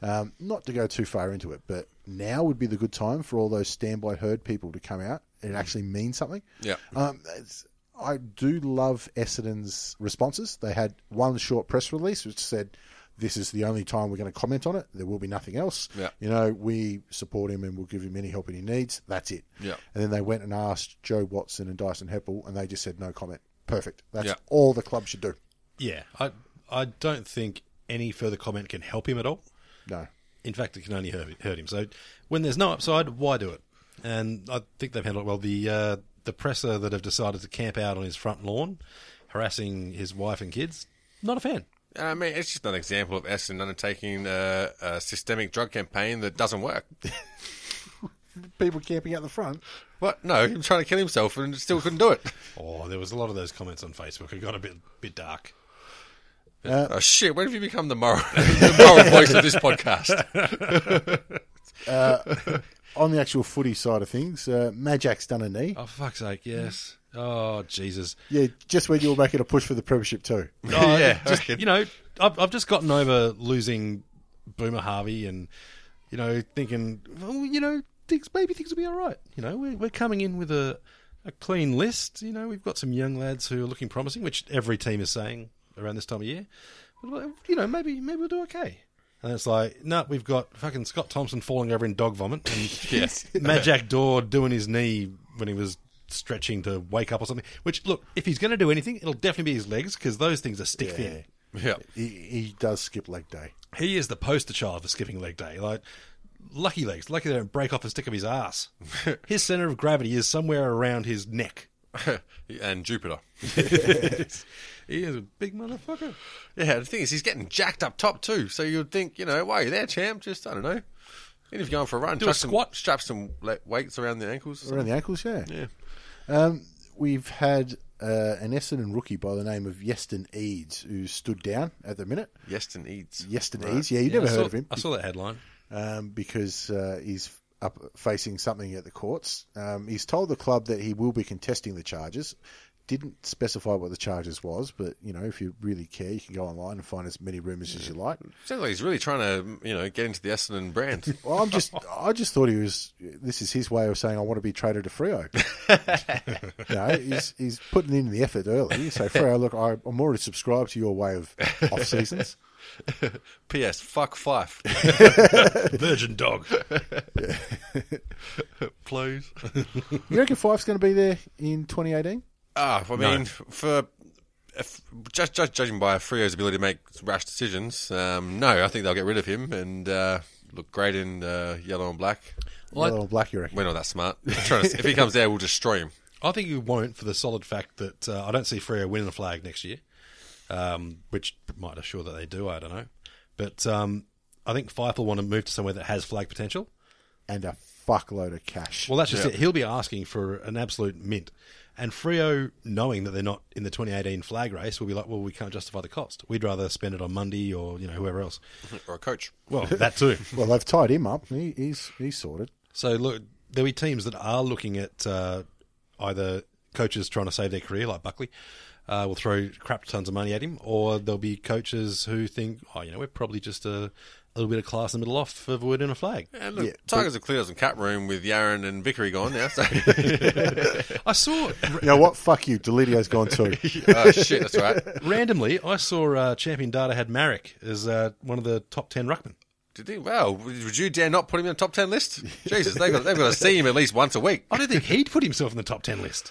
Speaker 1: Um, not to go too far into it, but now would be the good time for all those standby Heard people to come out. It actually means something.
Speaker 2: Yeah.
Speaker 1: Um, it's- I do love Essendon's responses. They had one short press release which said, "This is the only time we're going to comment on it. There will be nothing else."
Speaker 2: Yeah.
Speaker 1: You know, we support him and we'll give him any help he needs. That's it.
Speaker 2: Yeah.
Speaker 1: And then they went and asked Joe Watson and Dyson Heppel, and they just said no comment. Perfect. That's
Speaker 2: Yeah.
Speaker 1: all the club should do.
Speaker 3: Yeah, I I don't think any further comment can help him at all.
Speaker 1: No.
Speaker 3: In fact, it can only hurt, hurt him. So when there's no upside, why do it? And I think they've handled it well. The uh, the presser that have decided to camp out on his front lawn, harassing his wife and kids, not a fan.
Speaker 2: And I mean, it's just an example of Essendon undertaking uh, a systemic drug campaign that doesn't work.
Speaker 1: people camping out the front.
Speaker 2: What? No, he was trying to kill himself and still couldn't do it.
Speaker 3: Oh, there was a lot of those comments on Facebook. It got a bit bit dark.
Speaker 2: oh shit! When have you become the moral, the moral voice of this podcast?
Speaker 1: On the actual footy side of things, uh, Majak's done a knee.
Speaker 3: Oh, fuck's sake, yes. Oh, Jesus.
Speaker 1: Yeah, just when you were making a push for the premiership too.
Speaker 3: Oh,
Speaker 2: Yeah,
Speaker 3: just-
Speaker 2: okay.
Speaker 3: you know, I've, I've just gotten over losing Boomer Harvey and, you know, thinking, well, you know, things, maybe things will be all right. You know, we're, we're coming in with a, a clean list. You know, we've got some young lads who are looking promising, which every team is saying around this time of year. But, well, you know, maybe maybe we'll do okay. And it's like, no, we've got fucking Scott Thompson falling over in dog vomit and
Speaker 2: Yes.
Speaker 3: Majak Dor doing his knee when he was stretching to wake up or something. Which, look, if he's going to do anything, it'll definitely be his legs because those things are stick thin.
Speaker 2: Yeah.
Speaker 1: He, he does skip leg day.
Speaker 3: He is the poster child for skipping leg day. Like, lucky legs, lucky they don't break off a stick of his ass. his center of gravity is somewhere around his neck.
Speaker 2: and Jupiter.
Speaker 3: He is a big motherfucker.
Speaker 2: Yeah, the thing is, he's getting jacked up top too. So you'd think, you know, why are you there, champ? Just I don't know. Even if you're going for a run,
Speaker 3: Do a
Speaker 2: chuck some-
Speaker 3: squat.
Speaker 2: strap some like, weights around the ankles. Or something.
Speaker 1: Around the ankles, yeah. Yeah. Um, we've had uh, an Essendon rookie by the name of Yeston Eads, who stood down at the minute.
Speaker 2: Yes, and eats.
Speaker 1: Yeston Eads, yeah, you never
Speaker 3: I
Speaker 1: heard
Speaker 3: saw,
Speaker 1: of him
Speaker 3: I saw that headline.
Speaker 1: um, because uh, he's up facing something at the courts. Um, he's told the club that he will be contesting the charges. Didn't specify what the charges was, but you know, if you really care, you can go online and find as many rumours as you like.
Speaker 2: Sounds like he's really trying to, you know, get into the Essendon brand.
Speaker 1: Well, I'm just, I just thought he was. This is his way of saying I want to be traded to Frio. you know, he's he's putting in the effort early. So Frio, look, I, I'm already subscribed to your way of off seasons.
Speaker 2: P.S. Fuck Fife,
Speaker 3: Virgin dog.
Speaker 2: please.
Speaker 1: You reckon Fife's going to be there in 2018?
Speaker 2: Ah, I mean, for if, just, just judging by Frio's ability to make rash decisions, um, no, I think they'll get rid of him and uh, look great in uh, yellow and black.
Speaker 1: Yellow and black, you reckon?
Speaker 2: We're not that smart. I'm trying to- if he comes there, we'll destroy him.
Speaker 3: I think you won't for the solid fact that uh, I don't see Freo winning a flag next year, um, which might assure that they do. I don't know, but um, I think Fife will want to move to somewhere that has flag potential.
Speaker 1: And a fuckload of cash.
Speaker 3: Well, that's just it. He'll be asking for an absolute mint, and Frio, knowing that they're not in the 2018 flag race, will be like, "Well, we can't justify the cost. We'd rather spend it on Mundy or you know whoever else."
Speaker 2: Or a coach.
Speaker 3: Well, that too.
Speaker 1: Well, they've tied him up. He, he's he's sorted.
Speaker 3: So look, there'll be teams that are looking at uh, either coaches trying to save their career, like Buckley, uh, will throw crap tons of money at him, or there'll be coaches who think, oh, you know, we're probably just a, a little bit of class in the middle off for avoiding a flag.
Speaker 2: And look, Tigers have cleared up some cap room with Yaron and Vickery gone now. So. oh,
Speaker 3: I saw
Speaker 1: You know what? Fuck you. Delidio's gone too.
Speaker 2: oh, shit, that's all right.
Speaker 3: randomly, I saw uh, Champion Data had Marek as uh, one of the top ten ruckmen.
Speaker 2: Did he? Wow. Would you dare not put him in the top 10 list? Jesus, they've got, they've got to see him at least once a week.
Speaker 3: I don't think he'd put himself in the top ten list.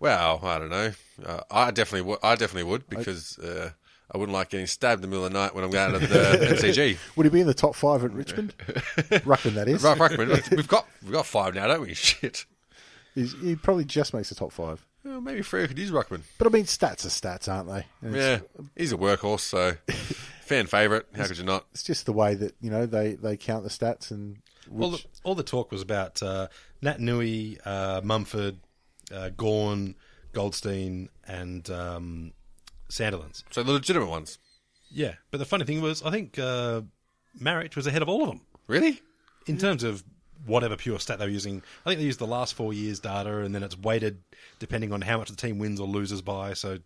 Speaker 2: Well, I don't know. Uh, I definitely, w- I definitely would because uh, I wouldn't like getting stabbed in the middle of uh, the night when I'm going to the MCG.
Speaker 1: Would he be in the top five at Richmond? Ruckman, that is.
Speaker 2: Right, Ruckman, we've got we've got five now, don't we? Shit.
Speaker 1: He's, he probably just makes the top five.
Speaker 2: Well, maybe Freo could use Ruckman.
Speaker 1: But I mean, stats are stats, aren't they? And it's-
Speaker 2: Yeah, he's a workhorse, so fan favourite. How could you not?
Speaker 1: It's just the way that you know they, they count the stats and which,
Speaker 3: Well, the, all the talk was about uh, Nat Nui, uh, Mumford, uh, Gorn, Goldstein, and um, Sanderlands.
Speaker 2: So the legitimate ones,
Speaker 3: Yeah, but the funny thing was, I think uh, Marriott was ahead of all of them
Speaker 2: really?
Speaker 3: in terms of whatever pure stat they were using. I think they used the last four years' data, and then it's weighted depending on how much the team wins or loses by. So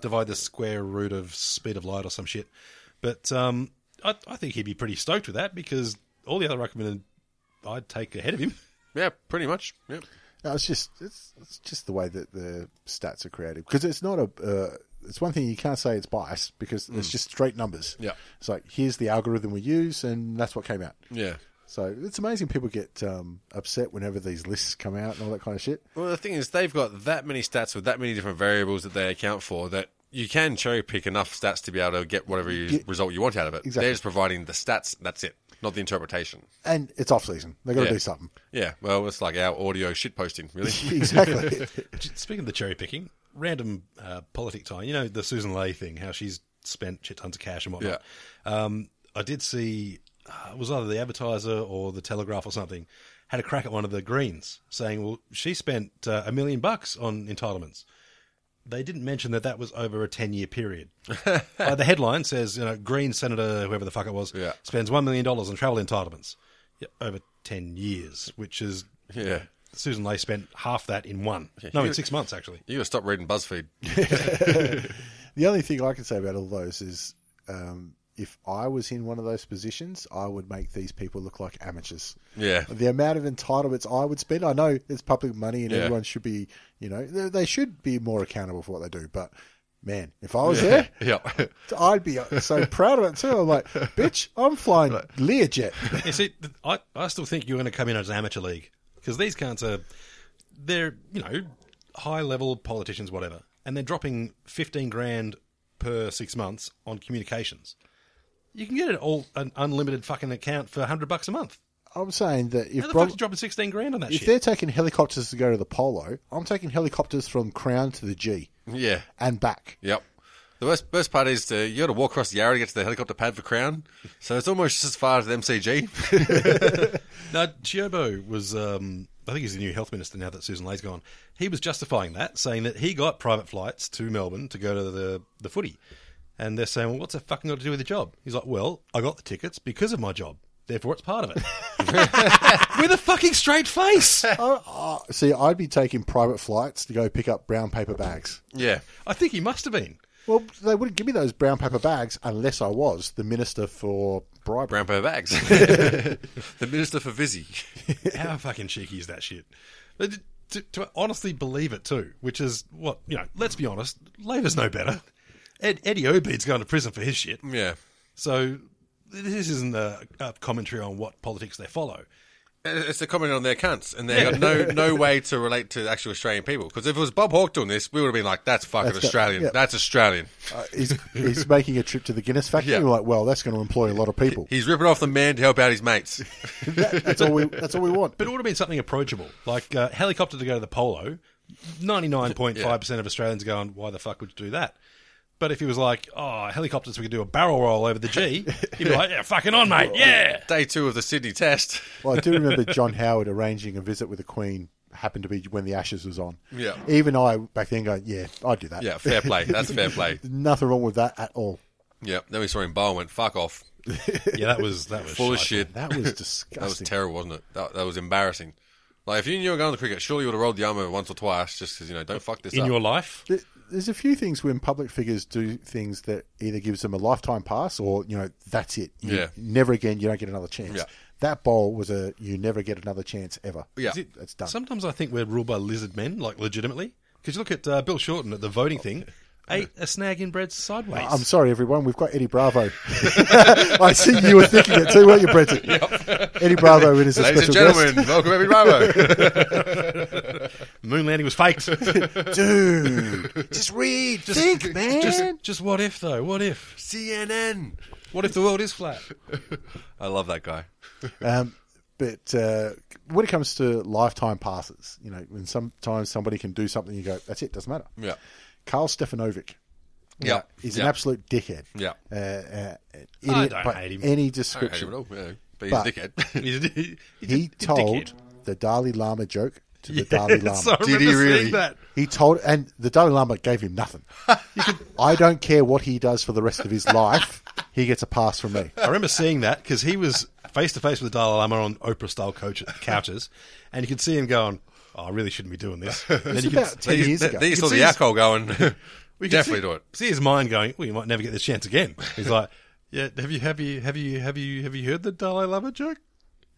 Speaker 3: divide the square root of speed of light or some shit. But um, I, I think he'd be pretty stoked with that because all the other ruckmen I'd take ahead of him.
Speaker 2: Yeah, pretty much. Yep.
Speaker 1: no, it's just it's, it's just the way that the stats are created because it's not a uh, it's one thing you can't say it's biased because it's just straight numbers.
Speaker 2: Yeah.
Speaker 1: it's like here's the algorithm we use and that's what came out.
Speaker 2: Yeah.
Speaker 1: So it's amazing people get um, upset whenever these lists come out and all that kind of shit.
Speaker 2: Well, the thing is, they've got that many stats with that many different variables that they account for that you can cherry pick enough stats to be able to get whatever you, result you want out of it.
Speaker 1: Exactly.
Speaker 2: They're just providing the stats. That's it, not the interpretation.
Speaker 1: And it's off season; they got to
Speaker 2: Yeah.
Speaker 1: do something.
Speaker 2: Yeah. Well, it's like our audio shit posting, really.
Speaker 1: Exactly.
Speaker 3: Speaking of the cherry picking, random uh, politic time. You know the Susan Lay thing, how she's spent shit tons of cash and whatnot. Um, I did see uh, it was either the Advertiser or the Telegraph or something had a crack at one of the Greens, saying, "Well, she spent uh, a million bucks on entitlements." They didn't mention that that was over a ten-year period. Uh, the headline says, "You know, Green Senator, whoever the fuck it was,
Speaker 2: Yeah.
Speaker 3: spends one million dollars on travel entitlements yeah, over ten years," which is
Speaker 2: Yeah.
Speaker 3: Susan Lay spent half that in one. No, in six months actually.
Speaker 2: You gotta stop reading BuzzFeed.
Speaker 1: The only thing I can say about all those is um, if I was in one of those positions, I would make these people look like amateurs.
Speaker 2: Yeah.
Speaker 1: The amount of entitlements I would spend, I know it's public money and
Speaker 2: Yeah.
Speaker 1: everyone should be, you know, they they should be more accountable for what they do. But man, if I was there,
Speaker 2: yeah.
Speaker 1: I'd be so proud of it too. I'm like, bitch, I'm flying Learjet.
Speaker 3: You see, th- I, I still think you're going to come in as an amateur league because these cunts are, they're, you know, high level politicians, whatever, and they're dropping 15 grand per six months on communications. You can get an, all, an unlimited fucking account for 100 bucks a month.
Speaker 1: I'm saying that if
Speaker 3: How the
Speaker 1: Bro-
Speaker 3: fuck you dropping 16 grand on that
Speaker 1: if
Speaker 3: shit?
Speaker 1: they're taking helicopters to go to the polo, I'm taking helicopters from Crown to the G
Speaker 2: Yeah.
Speaker 1: and back.
Speaker 2: Yep. The worst, worst part is uh, you got to walk across the Yarra to get to the helicopter pad for Crown, so it's almost as far as the MCG.
Speaker 3: No, Chiobo was, um, I think he's the new health minister now that Susan Lay's gone. He was justifying that, saying that he got private flights to Melbourne to go to the, the footy. And they're saying, well, what's that fucking got to do with the job? He's like, well, I got the tickets because of my job. Therefore, it's part of it. with a fucking straight face.
Speaker 1: See, I'd be taking private flights to go pick up brown paper bags.
Speaker 2: yeah.
Speaker 3: I think he must have been.
Speaker 1: Well, they wouldn't give me those brown paper bags unless I was the minister for bribery.
Speaker 2: Brown paper bags. the Minister for Visi.
Speaker 3: How fucking cheeky is that shit? But To, to honestly believe it too, which is what, you know, let's be honest, Labor's no better. Ed, Eddie Obeid's going to prison for his shit.
Speaker 2: Yeah.
Speaker 3: So this isn't a, a commentary on what politics they follow.
Speaker 2: It's a comment on their cunts, and they got no no way to relate to actual Australian people. Because if it was Bob Hawke doing this, we would have been like, "That's fucking
Speaker 1: That's got-
Speaker 2: Australian.
Speaker 1: yeah.
Speaker 2: That's Australian."
Speaker 1: Uh, he's, he's making a trip to the Guinness factory.
Speaker 2: Yeah.
Speaker 1: You're like, well, that's going to employ a lot of people.
Speaker 2: He's ripping off the man to help out his mates.
Speaker 1: That- that's all we. That's all we want.
Speaker 3: But it would have been something approachable, like uh, helicopter to go to the polo. Ninety-nine point five percent of Australians are going, "Why the fuck would you do that?" But if he was like, "Oh, helicopters, we could do a barrel roll over the G," he'd be like, "Yeah, fucking on, mate, yeah."
Speaker 2: Day two of the Sydney Test.
Speaker 1: Well, I do remember John Howard arranging a visit with the Queen. Happened to be when the Ashes was on.
Speaker 2: Yeah.
Speaker 1: Even I back then going, yeah, I'd do that.
Speaker 2: Yeah, fair play. That's fair play.
Speaker 1: Nothing wrong with that at all.
Speaker 2: Yeah. Then we saw him bow and went, "Fuck off."
Speaker 3: Yeah, that was that was
Speaker 2: Full of
Speaker 3: shite.
Speaker 2: shit.
Speaker 1: That was
Speaker 2: That was
Speaker 1: disgusting.
Speaker 2: terrible, wasn't it? That, that was embarrassing. Like, if you knew you were going to cricket, surely you would have rolled the arm over once or twice just because, you know, don't fuck this
Speaker 3: in
Speaker 2: up.
Speaker 3: your life.
Speaker 1: There- There's a few things when public figures do things that either gives them a lifetime pass or you know that's it. You-
Speaker 2: Yeah.
Speaker 1: Never again. You don't get another chance.
Speaker 2: Yeah.
Speaker 1: That bowl was a you never get another chance ever.
Speaker 2: Yeah.
Speaker 3: Is it-
Speaker 1: That's done.
Speaker 3: Sometimes I think we're ruled by lizard men, like legitimately. Because you look at uh, Bill Shorten at the voting thing, ate a snag inbred sideways.
Speaker 1: Oh, I'm sorry, everyone. We've got Eddie Bravo. I see you were thinking it too, weren't you, Brenton? Eddie Bravo in his
Speaker 2: Ladies
Speaker 1: special
Speaker 2: and gentlemen, welcome Eddie Bravo.
Speaker 3: Moon landing was faked.
Speaker 1: guest. Dude, just read, think, man.
Speaker 3: Just, just what if though? What if?
Speaker 2: CNN.
Speaker 3: What if the world is flat?
Speaker 2: I love that guy.
Speaker 1: Um, but uh, when it comes to lifetime passes, you know, when sometimes somebody can do something, you go, that's it, doesn't matter.
Speaker 2: Yeah.
Speaker 1: Carl Stefanovic.
Speaker 2: Yeah.
Speaker 1: He's
Speaker 2: yeah.
Speaker 1: an absolute dickhead.
Speaker 2: Yeah.
Speaker 1: Uh, uh, an idiot,
Speaker 3: I don't
Speaker 1: but
Speaker 3: hate him.
Speaker 1: any
Speaker 2: I don't hate him
Speaker 1: description.
Speaker 2: at all, yeah. But he's
Speaker 1: But-
Speaker 2: a dickhead.
Speaker 3: He's a- he's a-
Speaker 1: He
Speaker 3: he's a
Speaker 1: told
Speaker 3: dickhead.
Speaker 1: the Dalai Lama joke to the Dalai Lama.
Speaker 3: So I
Speaker 2: Did he
Speaker 3: remember seeing
Speaker 2: really?
Speaker 3: That.
Speaker 1: He told, and the Dalai Lama gave him nothing. I don't care what he does for the rest of his life. He gets a pass from me.
Speaker 3: I remember seeing that because he was face to face with the Dalai Lama on Oprah style coach- couches, and you could see him going, "Oh, I really shouldn't be doing this." And then
Speaker 1: It's
Speaker 3: you could
Speaker 1: about ten
Speaker 2: He-
Speaker 1: years
Speaker 2: th-
Speaker 1: ago.
Speaker 2: then you
Speaker 1: It's
Speaker 2: saw the
Speaker 3: see his-
Speaker 2: alcohol going.
Speaker 3: we could
Speaker 2: Definitely
Speaker 3: see,
Speaker 2: do it.
Speaker 3: See his mind going, "Well, you might never get this chance again." He's like, "Yeah, have you have you have you have you have you heard the Dalai Lama joke?"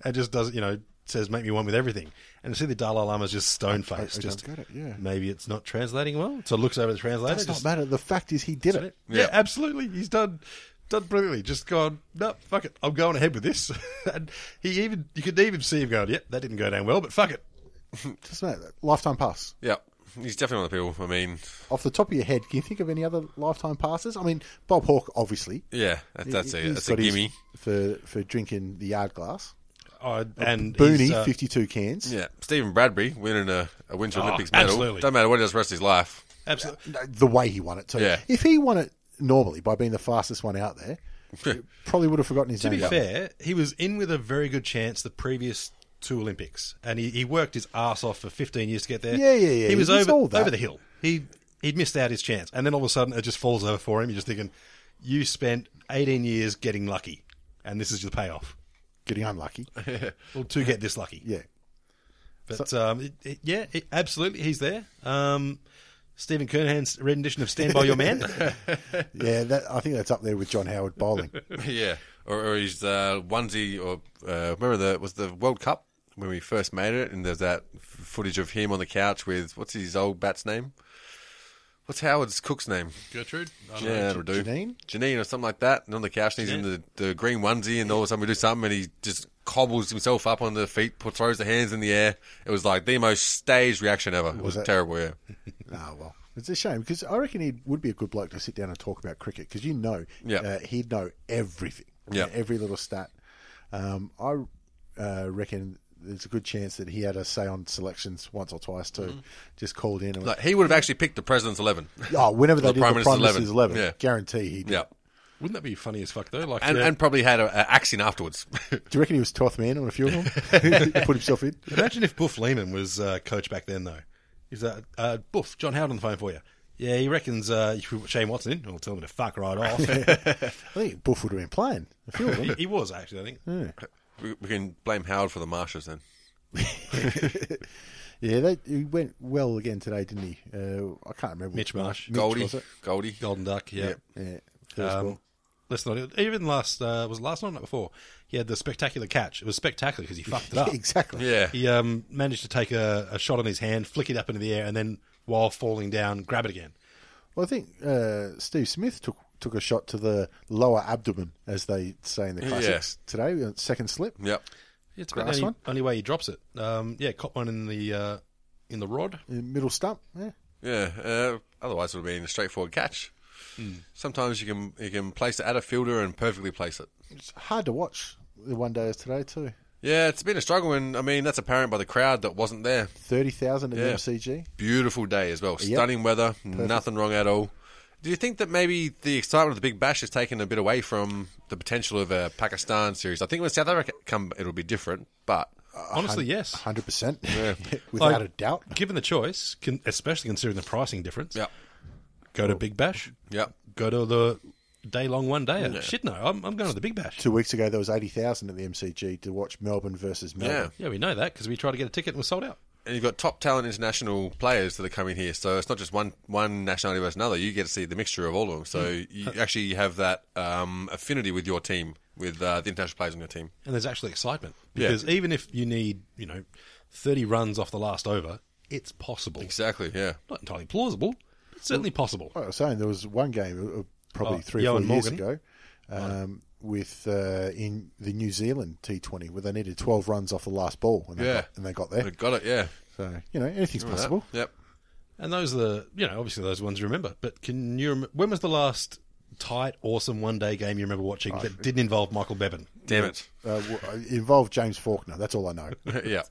Speaker 3: And just does you know says, "Make me one with everything." And see the Dalai Lama's just stone faced. Just
Speaker 1: get it, yeah.
Speaker 3: maybe it's not translating well, so looks over the translator.
Speaker 1: does not
Speaker 3: just-
Speaker 1: matter. The fact is, he did it.
Speaker 3: Yeah, absolutely. He's done done brilliantly. Just gone, no, fuck it. I'm going ahead with this. and he even you could even see him going, Yep, that didn't go down well, but fuck it.
Speaker 1: Doesn't matter. Lifetime pass.
Speaker 2: yeah. He's definitely one of the people. I mean,
Speaker 1: Off the top of your head, can you think of any other lifetime passes? I mean, Bob Hawke, obviously.
Speaker 2: yeah, that, that's a,
Speaker 1: He's
Speaker 2: that's a
Speaker 1: got his-
Speaker 2: gimme.
Speaker 1: For, for drinking the yard glass.
Speaker 3: Oh, and he's,
Speaker 1: Booney,
Speaker 3: uh,
Speaker 1: 52 cans.
Speaker 2: Yeah. Stephen Bradbury winning a, a Winter
Speaker 3: Oh,
Speaker 2: Olympics medal.
Speaker 3: absolutely.
Speaker 2: Don't matter what he does the rest of his life.
Speaker 3: absolutely.
Speaker 1: No, The way he won it, too.
Speaker 2: Yeah.
Speaker 1: If he won it normally by being the fastest one out there, probably would have forgotten his
Speaker 3: To
Speaker 1: name.
Speaker 3: be fair, he was in with a very good chance the previous two Olympics, and he, he worked his ass off for 15 years to get there.
Speaker 1: Yeah, yeah, yeah.
Speaker 3: He was
Speaker 1: It's
Speaker 3: over
Speaker 1: all that.
Speaker 3: over the hill. He he'd missed out his chance, and then all of a sudden it just falls over for him. You're just thinking, you spent 18 years getting lucky, and this is your payoff.
Speaker 1: Getting unlucky.
Speaker 3: Well, to get this lucky,
Speaker 1: Yeah.
Speaker 3: but um, it, it- yeah, it, absolutely, he's there. Um, Stephen Kernahan's rendition of "Stand by Your Man."
Speaker 1: Yeah, that, I think that's up there with John Howard bowling.
Speaker 2: yeah, or, or his uh, onesie, or uh, remember the was the World Cup when we first made it, and there's that f- footage of him on the couch with what's his old bat's name? What's Howard's cook's name?
Speaker 4: Gertrude? I don't
Speaker 2: Yeah,
Speaker 4: know.
Speaker 2: that'll do.
Speaker 1: Janine?
Speaker 2: Janine or something like that. And on the couch, and he's in the, the green onesie, and all of a sudden we do something, and he just cobbles himself up on the feet, put, throws the hands in the air. It was like the most staged reaction ever. it was
Speaker 1: it?
Speaker 2: terrible, yeah.
Speaker 1: Ah, well, it's a shame because I reckon he would be a good bloke to sit down and talk about cricket because you know,
Speaker 2: Yeah.
Speaker 1: uh, he'd know everything,
Speaker 2: Yeah.
Speaker 1: every little stat. Um, I uh, reckon there's a good chance that he had a say on selections once or twice too. Just called in and
Speaker 2: Mm-hmm. Like, he would have actually picked the president's 11.
Speaker 1: went, oh, whenever they
Speaker 2: the
Speaker 1: did the
Speaker 2: Prime Minister's
Speaker 1: prime minister's
Speaker 2: 11.
Speaker 1: eleven,
Speaker 2: Yeah.
Speaker 1: guarantee he. Did.
Speaker 2: Yeah.
Speaker 3: Wouldn't that be funny as fuck though? Like,
Speaker 2: And,
Speaker 3: yeah.
Speaker 2: and probably had an accent afterwards.
Speaker 1: Do you reckon he was twelfth man on a few of them? He Put himself in.
Speaker 3: Imagine if Boof Lehman was uh, coach back then, though. He's uh, uh, Boof, John Howard on the phone for you. Yeah, he reckons uh, you put Shane Watson in. I'll tell him to fuck right off.
Speaker 1: I think Buff would have been playing a few of them.
Speaker 3: he, he was, actually, I think.
Speaker 2: we, we can blame Howard for the marshes then.
Speaker 1: Yeah, that he went well again today, didn't he? Uh, I can't remember.
Speaker 3: Mitch Marsh.
Speaker 2: Goldie.
Speaker 1: was it?
Speaker 2: Goldie.
Speaker 3: Golden Duck, yeah.
Speaker 1: Yeah, first
Speaker 3: Um,
Speaker 1: ball.
Speaker 3: Let's not even last uh, was it last night or the night before. He had the spectacular catch. It was spectacular because he fucked it up.
Speaker 1: exactly.
Speaker 2: ah. Yeah.
Speaker 3: He um, managed to take a, a shot on his hand, flick it up into the air, and then while falling down, grab it again.
Speaker 1: Well, I think uh, Steve Smith took took a shot to the lower abdomen, as they say in the classics today. uh, Second slip.
Speaker 2: Yep.
Speaker 3: It's about
Speaker 1: Grass
Speaker 3: the only,
Speaker 1: one?
Speaker 3: only way he drops it. Um, yeah, caught one in the uh, in the rod.
Speaker 1: uh, Middle stump. Yeah.
Speaker 2: Yeah. Uh, otherwise, it would have been a straightforward catch. Sometimes you can you can place it at a fielder and perfectly place it.
Speaker 1: It's hard to watch the one day as today too.
Speaker 2: Yeah, it's been a struggle, and I mean that's apparent by the crowd that wasn't there.
Speaker 1: Thirty thousand at
Speaker 2: Yeah.
Speaker 1: MCG.
Speaker 2: Beautiful day as well, stunning weather, nothing wrong at all. Do you think that maybe the excitement of the Big Bash is taken a bit away from the potential of a Pakistan series? I think when South Africa come, it'll be different, but
Speaker 3: Honestly, yes.
Speaker 1: Hundred percent, without
Speaker 3: Like,
Speaker 1: a doubt.
Speaker 3: Given the choice, con- especially considering the pricing difference,
Speaker 2: yeah,
Speaker 3: go to Big Bash.
Speaker 2: yeah,
Speaker 3: Go to the day long one day. Shit, no, I'm, I'm going to the Big Bash.
Speaker 1: Two weeks ago, there was eighty thousand at the MCG to watch Melbourne versus
Speaker 2: yeah.
Speaker 1: Melbourne.
Speaker 3: Yeah, we know that because we tried to get a ticket and we're sold out.
Speaker 2: And you've got top talent international players that are coming here, so it's not just one one nationality versus another. You get to see the mixture of all of them. So
Speaker 1: Mm.
Speaker 2: you actually have that um, affinity with your team, with uh, the international players on your team.
Speaker 3: And there's actually excitement
Speaker 2: Yeah.
Speaker 3: because even if you need, you know, 30 runs off the last over, it's possible.
Speaker 2: Exactly. Yeah.
Speaker 3: Not entirely plausible, but certainly possible.
Speaker 1: Well, I was saying there was one game uh, probably
Speaker 3: Oh,
Speaker 1: three or four
Speaker 3: Johan
Speaker 1: years
Speaker 3: Morgan. Oh.
Speaker 1: ago um, with uh, in the New Zealand T20 where they needed twelve runs off the last ball and they,
Speaker 2: Yeah.
Speaker 1: got, and they got there.
Speaker 2: They've Got it. Yeah.
Speaker 1: So you know anything's possible.
Speaker 2: Yep.
Speaker 3: And those are the, you know, obviously those ones you remember. But can you remember, when was the last tight, awesome one day game you remember watching that didn't involve Michael Bevan?
Speaker 2: Damn it.
Speaker 1: Uh, w- it involved James Faulkner. That's all I know.
Speaker 2: yeah.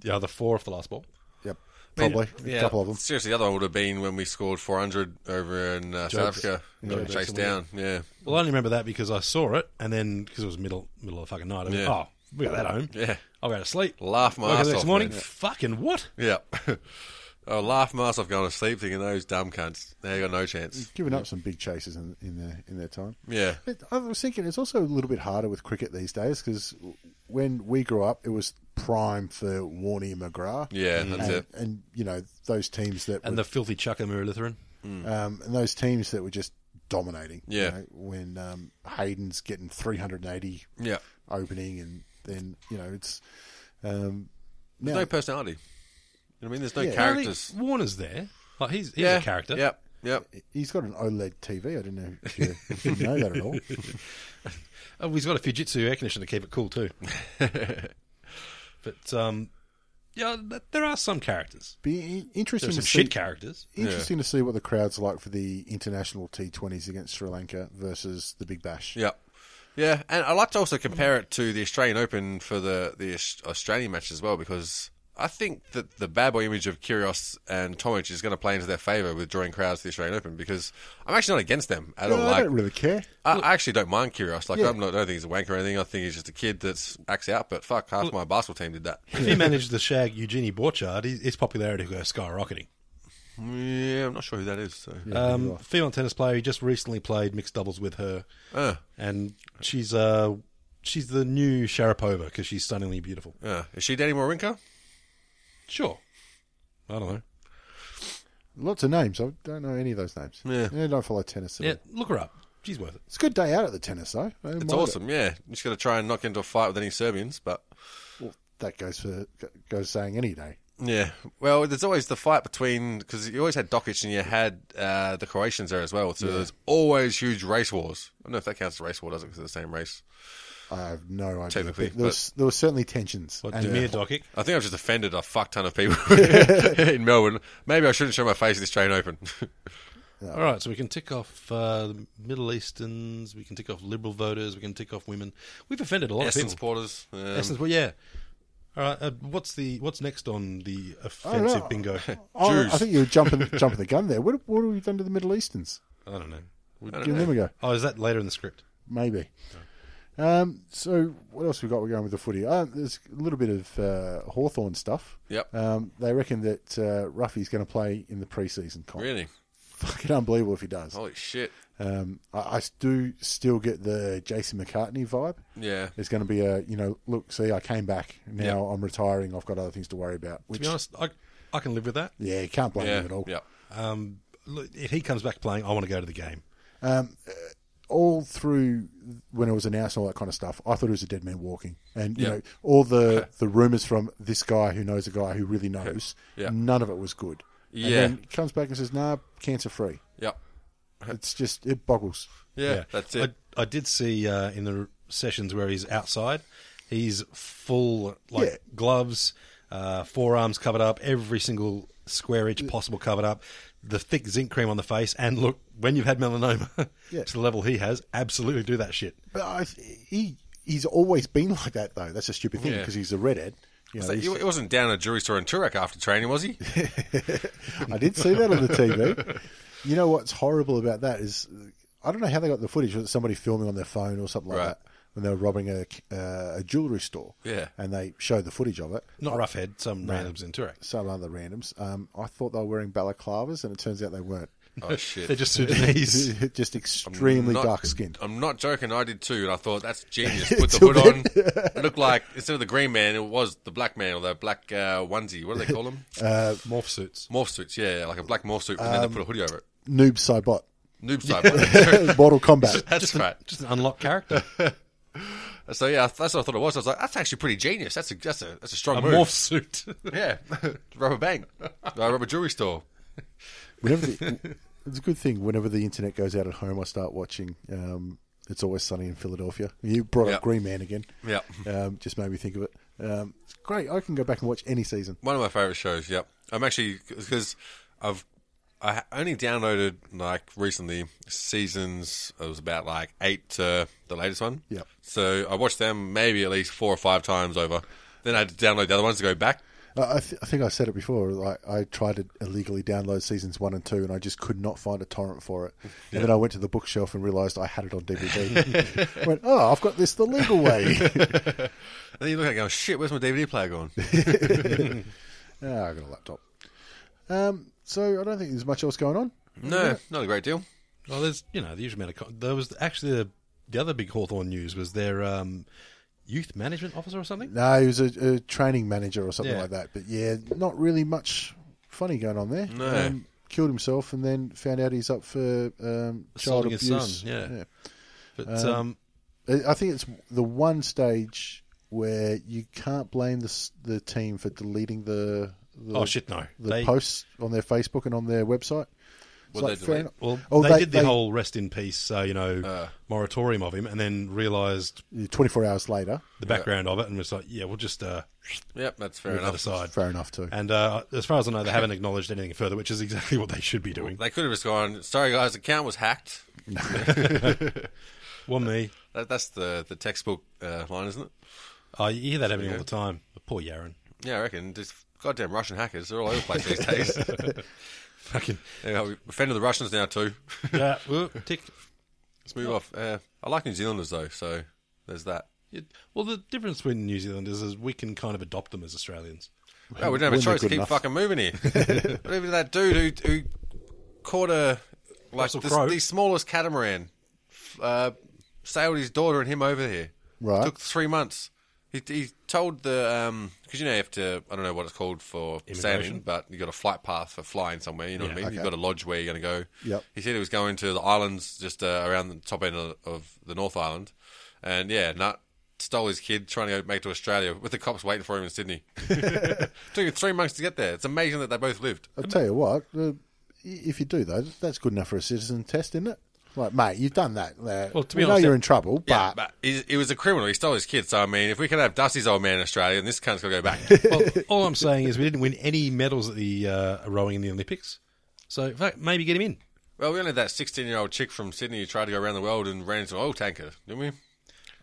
Speaker 3: The other four off the last ball.
Speaker 1: Yep, probably a couple of them.
Speaker 2: Seriously, the other one would have been when we scored 400 over in uh, South
Speaker 3: Jobs.
Speaker 2: Africa. Got
Speaker 3: Jobs.
Speaker 2: chased down. Yeah.
Speaker 3: Well, I only remember that because I saw it, and then because it was middle middle of the fucking night, I went,
Speaker 2: Yeah.
Speaker 3: "Oh, we got that home."
Speaker 2: Yeah.
Speaker 3: I went to sleep.
Speaker 2: Laugh my
Speaker 3: Woke up
Speaker 2: ass
Speaker 3: the next
Speaker 2: off,
Speaker 3: morning.
Speaker 2: man.
Speaker 3: Fucking what?
Speaker 2: Yeah. I Oh, laugh my ass off going to sleep thinking those dumb cunts. They got no chance.
Speaker 1: Giving up some big chases in, in their in their time.
Speaker 2: Yeah.
Speaker 1: But I was thinking it's also a little bit harder with cricket these days because when we grew up, it was prime for Warney and McGrath.
Speaker 2: Yeah, that's
Speaker 1: and,
Speaker 2: it.
Speaker 1: and you know those teams that
Speaker 3: And
Speaker 1: were,
Speaker 3: the filthy chucker Murray Lutheran.
Speaker 1: um, and those teams that were just dominating. you
Speaker 2: Yeah.
Speaker 1: know, when um, Hayden's getting 380
Speaker 2: Yeah.
Speaker 1: opening, and then you know it's um, now
Speaker 2: There's no personality. You know what I mean? There's no
Speaker 1: Yeah.
Speaker 2: characters.
Speaker 3: Apparently, Warner's there. Like he's, he's
Speaker 2: yeah.
Speaker 3: a character.
Speaker 2: Yep. Yep.
Speaker 1: he's got an E OLED TV. I don't know if you, if you know that at all.
Speaker 3: Oh, he's got a Fujitsu air conditioner to keep it cool too. but um, yeah, th- there are some characters.
Speaker 1: Be in- interesting
Speaker 3: There's
Speaker 1: to
Speaker 3: some
Speaker 1: see.
Speaker 3: shit characters.
Speaker 1: Interesting to see what the crowd's like for the international T20s against Sri Lanka versus the Big Bash.
Speaker 2: Yep. Yeah, and I like to also compare it to the Australian Open for the the Aus- Australian match as well because I think that the bad boy image of Kyrgios and Tomic is going to play into their favour with drawing crowds to the Australian Open because I'm actually not against them at all.
Speaker 1: Uh, I
Speaker 2: Like,
Speaker 1: don't really care.
Speaker 2: I, I actually don't mind Kyrgios. Like, I'm not, I don't think he's a wanker or anything. I think he's just a kid that's acts out. But fuck, half my basketball team did that.
Speaker 3: If he managed the shag Eugenie Borchard, his his popularity would go skyrocketing.
Speaker 2: yeah, I'm not sure who that is. So.
Speaker 3: Um, female tennis player. He just recently played mixed doubles with her, and she's uh she's the new Sharapova because she's stunningly beautiful.
Speaker 2: Yeah. Is she Danny Morinka?
Speaker 3: Sure, I don't know.
Speaker 1: Lots of names. I don't know any of those names.
Speaker 2: Yeah.
Speaker 1: I don't follow tennis. At
Speaker 3: Yeah,
Speaker 1: all.
Speaker 3: look her up. She's worth it.
Speaker 1: It's a good day out at the tennis, though. I
Speaker 2: It's
Speaker 1: admire it.
Speaker 2: awesome. Yeah, you just got to try and knock into a fight with any Serbians, but
Speaker 1: That goes for goes saying any day.
Speaker 2: yeah. Well, there's always the fight between because you always had Dokic and you had uh, the Croatians there as well. So there's always huge race wars. I don't know if that counts as race war, does it? Because it's the same race.
Speaker 1: I have no idea.
Speaker 2: Technically,
Speaker 1: there was, there were certainly tensions.
Speaker 3: What,
Speaker 1: and- uh,
Speaker 3: Demir Dokic?
Speaker 2: I think I've just offended a fuck ton of people in Melbourne. Maybe I shouldn't show my face in this train open.
Speaker 3: All right, so we can tick off uh, Middle Easterns, we can tick off liberal voters, we can tick off women. We've offended a lot
Speaker 2: Essence
Speaker 3: of people.
Speaker 2: supporters. Um,
Speaker 3: Essence, well, yeah. All right, uh, what's the what's next on the
Speaker 1: don't know.
Speaker 3: offensive bingo? I
Speaker 1: Oh, I
Speaker 2: Jews.
Speaker 1: think you were jumping jumping the gun there. What what have we done to the Middle Easterns?
Speaker 3: don't know.
Speaker 1: Give them a go,
Speaker 3: Oh, is that later in the script?
Speaker 1: maybe. Um, so what else we got? We're going with the footy. Uh, there's a little bit of uh, Hawthorne stuff.
Speaker 2: Yep.
Speaker 1: Um, they reckon that uh, Ruffy's going to play in the preseason comp.
Speaker 2: Really?
Speaker 1: Fucking unbelievable if he does.
Speaker 2: Holy shit.
Speaker 1: Um, I, I do still get the Jason McCartney vibe.
Speaker 2: Yeah.
Speaker 1: It's going to be a you know look see I came back now I'm retiring I've got other things to worry about. Which
Speaker 3: To be honest, I I can live with that.
Speaker 1: yeah, you can't blame
Speaker 2: Yeah.
Speaker 1: him at all.
Speaker 2: Yeah.
Speaker 3: Um, look, if he comes back playing, I want to go to the game.
Speaker 1: all through when it was announced and all that kind of stuff, I thought it was a dead man walking. And you
Speaker 2: Yeah.
Speaker 1: know, all the the rumors from this guy who knows a guy who really knows,
Speaker 2: Yeah.
Speaker 1: none of it was good. And
Speaker 2: Yeah.
Speaker 1: then he comes back and says, "Nah, cancer free."
Speaker 2: Yep.
Speaker 1: It's just it boggles.
Speaker 2: Yeah. That's it.
Speaker 3: I, I did see uh, in the sessions where he's outside, he's full like
Speaker 1: Yeah.
Speaker 3: gloves, uh, forearms covered up, every single square inch possible covered up, the thick zinc cream on the face, and look, when you've had melanoma
Speaker 1: Yeah.
Speaker 3: to the level he has, absolutely do that shit.
Speaker 1: But I, he he's always been like that though. That's a stupid thing
Speaker 2: Yeah.
Speaker 1: because he's a redhead. You know,
Speaker 2: So
Speaker 1: he's-
Speaker 2: he he wasn't down at a jewelry store in Turek after training, was he?
Speaker 1: I did see that on the TV. You know what's horrible about that is I don't know how they got the footage. Was it somebody filming on their phone or something like
Speaker 2: Right.
Speaker 1: that when they were robbing a, uh, a jewelry store?
Speaker 2: Yeah.
Speaker 1: and they showed the footage of it.
Speaker 3: Not roughhead, some randoms in Turak.
Speaker 1: Some other randoms. Um, I thought they were wearing balaclavas, and it turns out they weren't.
Speaker 2: Oh shit.
Speaker 3: They're just Sudanese.
Speaker 1: Just extremely
Speaker 2: Not-
Speaker 1: dark skinned.
Speaker 2: I'm not joking. I did too, and I thought that's genius. Put the hood on. It looked like instead of the green man, it was the black man or the black uh, onesie. What do they call them?
Speaker 3: Morph suits.
Speaker 2: morph suits. Yeah, like a black morph suit, and then they put a hoodie over it.
Speaker 1: Noob Saibot.
Speaker 2: Noob cyber.
Speaker 1: Mortal Kombat.
Speaker 2: that's right.
Speaker 3: Just an unlocked character.
Speaker 2: So yeah, that's what I thought it was. I was like, that's actually pretty genius. That's a that's a that's a strong
Speaker 3: A
Speaker 2: move.
Speaker 3: morph suit.
Speaker 2: Yeah, rubber bank, uh, rubber jewelry store.
Speaker 1: Whenever the, it's a good thing. Whenever the internet goes out at home, I start watching. Um, it's always sunny in Philadelphia. You brought
Speaker 2: Yeah.
Speaker 1: up Green Man again.
Speaker 2: Yeah.
Speaker 1: um, just made me think of it. Um, it's great. I can go back and watch any season.
Speaker 2: One of my favorite shows. Yep. I'm actually because I've I ha- only downloaded like recently seasons. It was about like eight to the latest one.
Speaker 1: Yep.
Speaker 2: So I watched them maybe at least four or five times over. Then I had to download the other ones to go back.
Speaker 1: I, I, th- I think I said it before. Like I tried to illegally download seasons one and two, and I just could not find a torrent for it. And then I went to the bookshelf and realised I had it on DVD. I went, oh, I've got this the legal way.
Speaker 2: And then you look at it going, shit, where's my DVD player gone?
Speaker 1: ah, I got a laptop. Um, so I don't think there's much else going on.
Speaker 2: no, not a great deal.
Speaker 3: Well, there's you know the usual amount of. Co- there was actually the, the other big Hawthorn news was their um, youth management officer or something.
Speaker 1: No, he was a, a training manager or something
Speaker 3: Yeah.
Speaker 1: like that. But yeah, not really much funny going on there. Um,
Speaker 2: No.
Speaker 1: killed himself and then found out he's up for um, child
Speaker 3: Assaulting his
Speaker 1: abuse.
Speaker 3: son, yeah. But um,
Speaker 1: I- I think it's the one stage where you can't blame the s- the team for deleting the, the
Speaker 3: oh shit, no.
Speaker 1: the
Speaker 3: they,
Speaker 1: posts on their Facebook and on their website. It's
Speaker 2: What'd they delete?
Speaker 1: enough.
Speaker 3: Well,
Speaker 1: Oh,
Speaker 3: they,
Speaker 1: they-
Speaker 3: did the
Speaker 1: they-
Speaker 3: whole rest in peace, uh, you know, moratorium of him, and then realised
Speaker 1: twenty four hours later.
Speaker 3: the background of it, and was like, yeah, we'll just uh,
Speaker 2: Yep, that's fair
Speaker 3: move that
Speaker 2: enough.
Speaker 3: aside.
Speaker 1: Fair enough too.
Speaker 3: And uh, as far as I know, they haven't acknowledged anything further, which is exactly what they should be doing.
Speaker 2: They could have just gone, sorry guys, the account was hacked.
Speaker 3: One me,
Speaker 2: That, that's the, the textbook uh, line, isn't it?
Speaker 3: I you hear that happening all the time. Poor Yaron.
Speaker 2: Yeah, I reckon. Just goddamn Russian hackers. They're all over the place these days.
Speaker 3: Fucking
Speaker 2: yeah, we offended the Russians now, too.
Speaker 3: yeah, well, tick.
Speaker 2: Let's move off. Uh, I like New Zealanders, though, so there's that.
Speaker 3: It, well, the difference between New Zealanders is we can kind of adopt them as Australians.
Speaker 2: Oh, we don't have a
Speaker 1: When they're
Speaker 2: choice.
Speaker 1: good
Speaker 2: Keep
Speaker 1: enough.
Speaker 2: fucking moving here. Whatever that dude who, who caught a like
Speaker 3: Russell
Speaker 2: the,
Speaker 3: Crowe.
Speaker 2: the smallest catamaran, f- uh, sailed his daughter and him over here.
Speaker 1: Right.
Speaker 2: took three months. He, he told the because you know you have to I don't know what it's called for sailing, but you got a flight path for flying somewhere. You know what I mean? You've got a lodge where you're going to go.
Speaker 1: Yep.
Speaker 2: He said he was going to the islands just uh, around the top end of, of the North Island, and yeah, nut stole his kid trying to go back to Australia with the cops waiting for him in Sydney. Took him three months to get there. It's amazing that they both lived.
Speaker 1: I'll tell you what, uh, if you do though, that's good enough for a citizen test, isn't it? Like, mate, you've done that. Uh,
Speaker 3: Well, to be
Speaker 1: we know
Speaker 3: honest,
Speaker 1: you're
Speaker 3: that-
Speaker 1: in trouble, but,
Speaker 2: Yeah, but he, he was a criminal. He stole his kid. So I mean, if we can have Dusty's old man in Australia, and this cunt's gonna go back.
Speaker 3: Well, all I'm saying is we didn't win any medals at the uh, rowing in the Olympics. So fuck, maybe get him in.
Speaker 2: well, we only had that sixteen-year-old chick from Sydney who tried to go around the world and ran into an oil tanker, didn't we?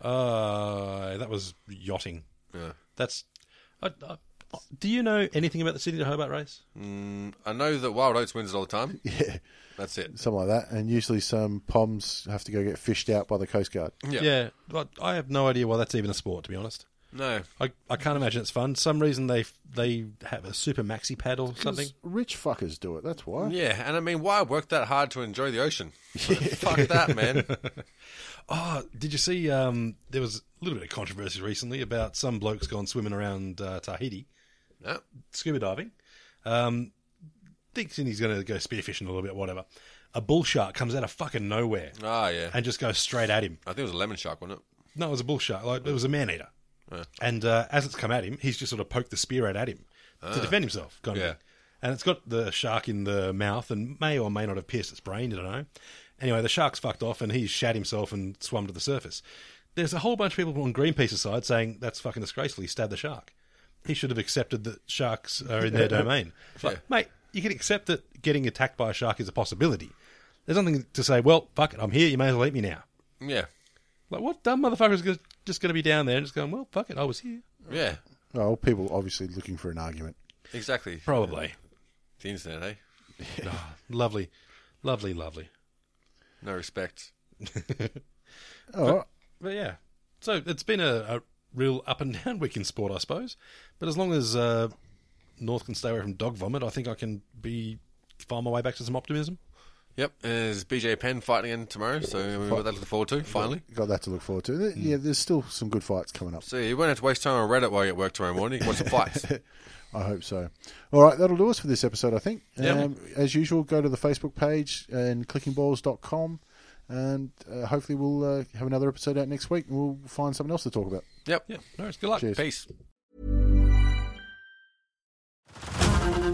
Speaker 3: Uh, that was yachting. That's. I, I, do you know anything about the Sydney to Hobart race?
Speaker 2: I know that Wild Oats wins it all the time. Yeah, that's it.
Speaker 1: something like that. And usually, some poms have to go get fished out by the coast guard.
Speaker 2: Yeah.
Speaker 3: Yeah, but I have no idea why that's even a sport. To be honest,
Speaker 2: No,
Speaker 3: I, I can't imagine it's fun. Some reason they they have a super maxi pad or something.
Speaker 1: Rich fuckers do it. That's why.
Speaker 2: yeah, and I mean, why work that hard to enjoy the ocean? Fuck that, man.
Speaker 3: Oh, did you see? Um, there was a little bit of controversy recently about some blokes gone swimming around uh, Tahiti,
Speaker 2: No.
Speaker 3: scuba diving. Um, thinking he's going to go spearfishing a little bit, whatever. A bull shark comes out of fucking nowhere
Speaker 2: Ah, yeah.
Speaker 3: and just goes straight at him.
Speaker 2: I think it was a lemon shark, wasn't it?
Speaker 3: No, it was a bull shark. Like it was a man eater. And uh, as it's come at him, he's just sort of poked the spear out at him to defend himself. Kind of
Speaker 2: Yeah.
Speaker 3: thing. And it's got the shark in the mouth and may or may not have pierced its brain. I don't know. Anyway, the shark's fucked off and he's shat himself and swum to the surface. There's a whole bunch of people on Greenpeace's side saying that's fucking disgraceful. He stabbed the shark. He should have accepted that sharks are in their domain. It's like, mate, you can accept that getting attacked by a shark is a possibility. There's nothing to say, well, fuck it, I'm here, you may as well eat me now.
Speaker 2: Yeah,
Speaker 3: Like, what dumb motherfucker is gonna, just going to be down there and just going, well, fuck it, I was here.
Speaker 2: yeah,
Speaker 1: Well, Oh, people obviously looking for an argument.
Speaker 2: exactly.
Speaker 3: Probably.
Speaker 2: The internet, eh?
Speaker 3: Lovely. Lovely, lovely.
Speaker 2: No respect.
Speaker 1: Oh,
Speaker 3: But yeah. So it's been a, a real up and down week in sport, I suppose. But as long as uh, North can stay away from dog vomit, I think I can be find my way back to some optimism.
Speaker 2: Yep, there's BJ Penn fighting again tomorrow, so we've got that to look forward to, finally.
Speaker 1: got that to look forward to. There- Yeah, there's still some good fights coming up.
Speaker 2: So you won't have to waste time on Reddit while you're at work tomorrow morning. You can watch the fights.
Speaker 1: I hope so. All right, that'll do us for this episode, I think. Um, as usual, go to the Facebook page and clickingballs.com, and uh, hopefully we'll uh, have another episode out next week, and we'll find something else to talk about.
Speaker 2: Yep.
Speaker 3: Yeah. No, it's good luck.
Speaker 1: Cheers.
Speaker 2: Peace.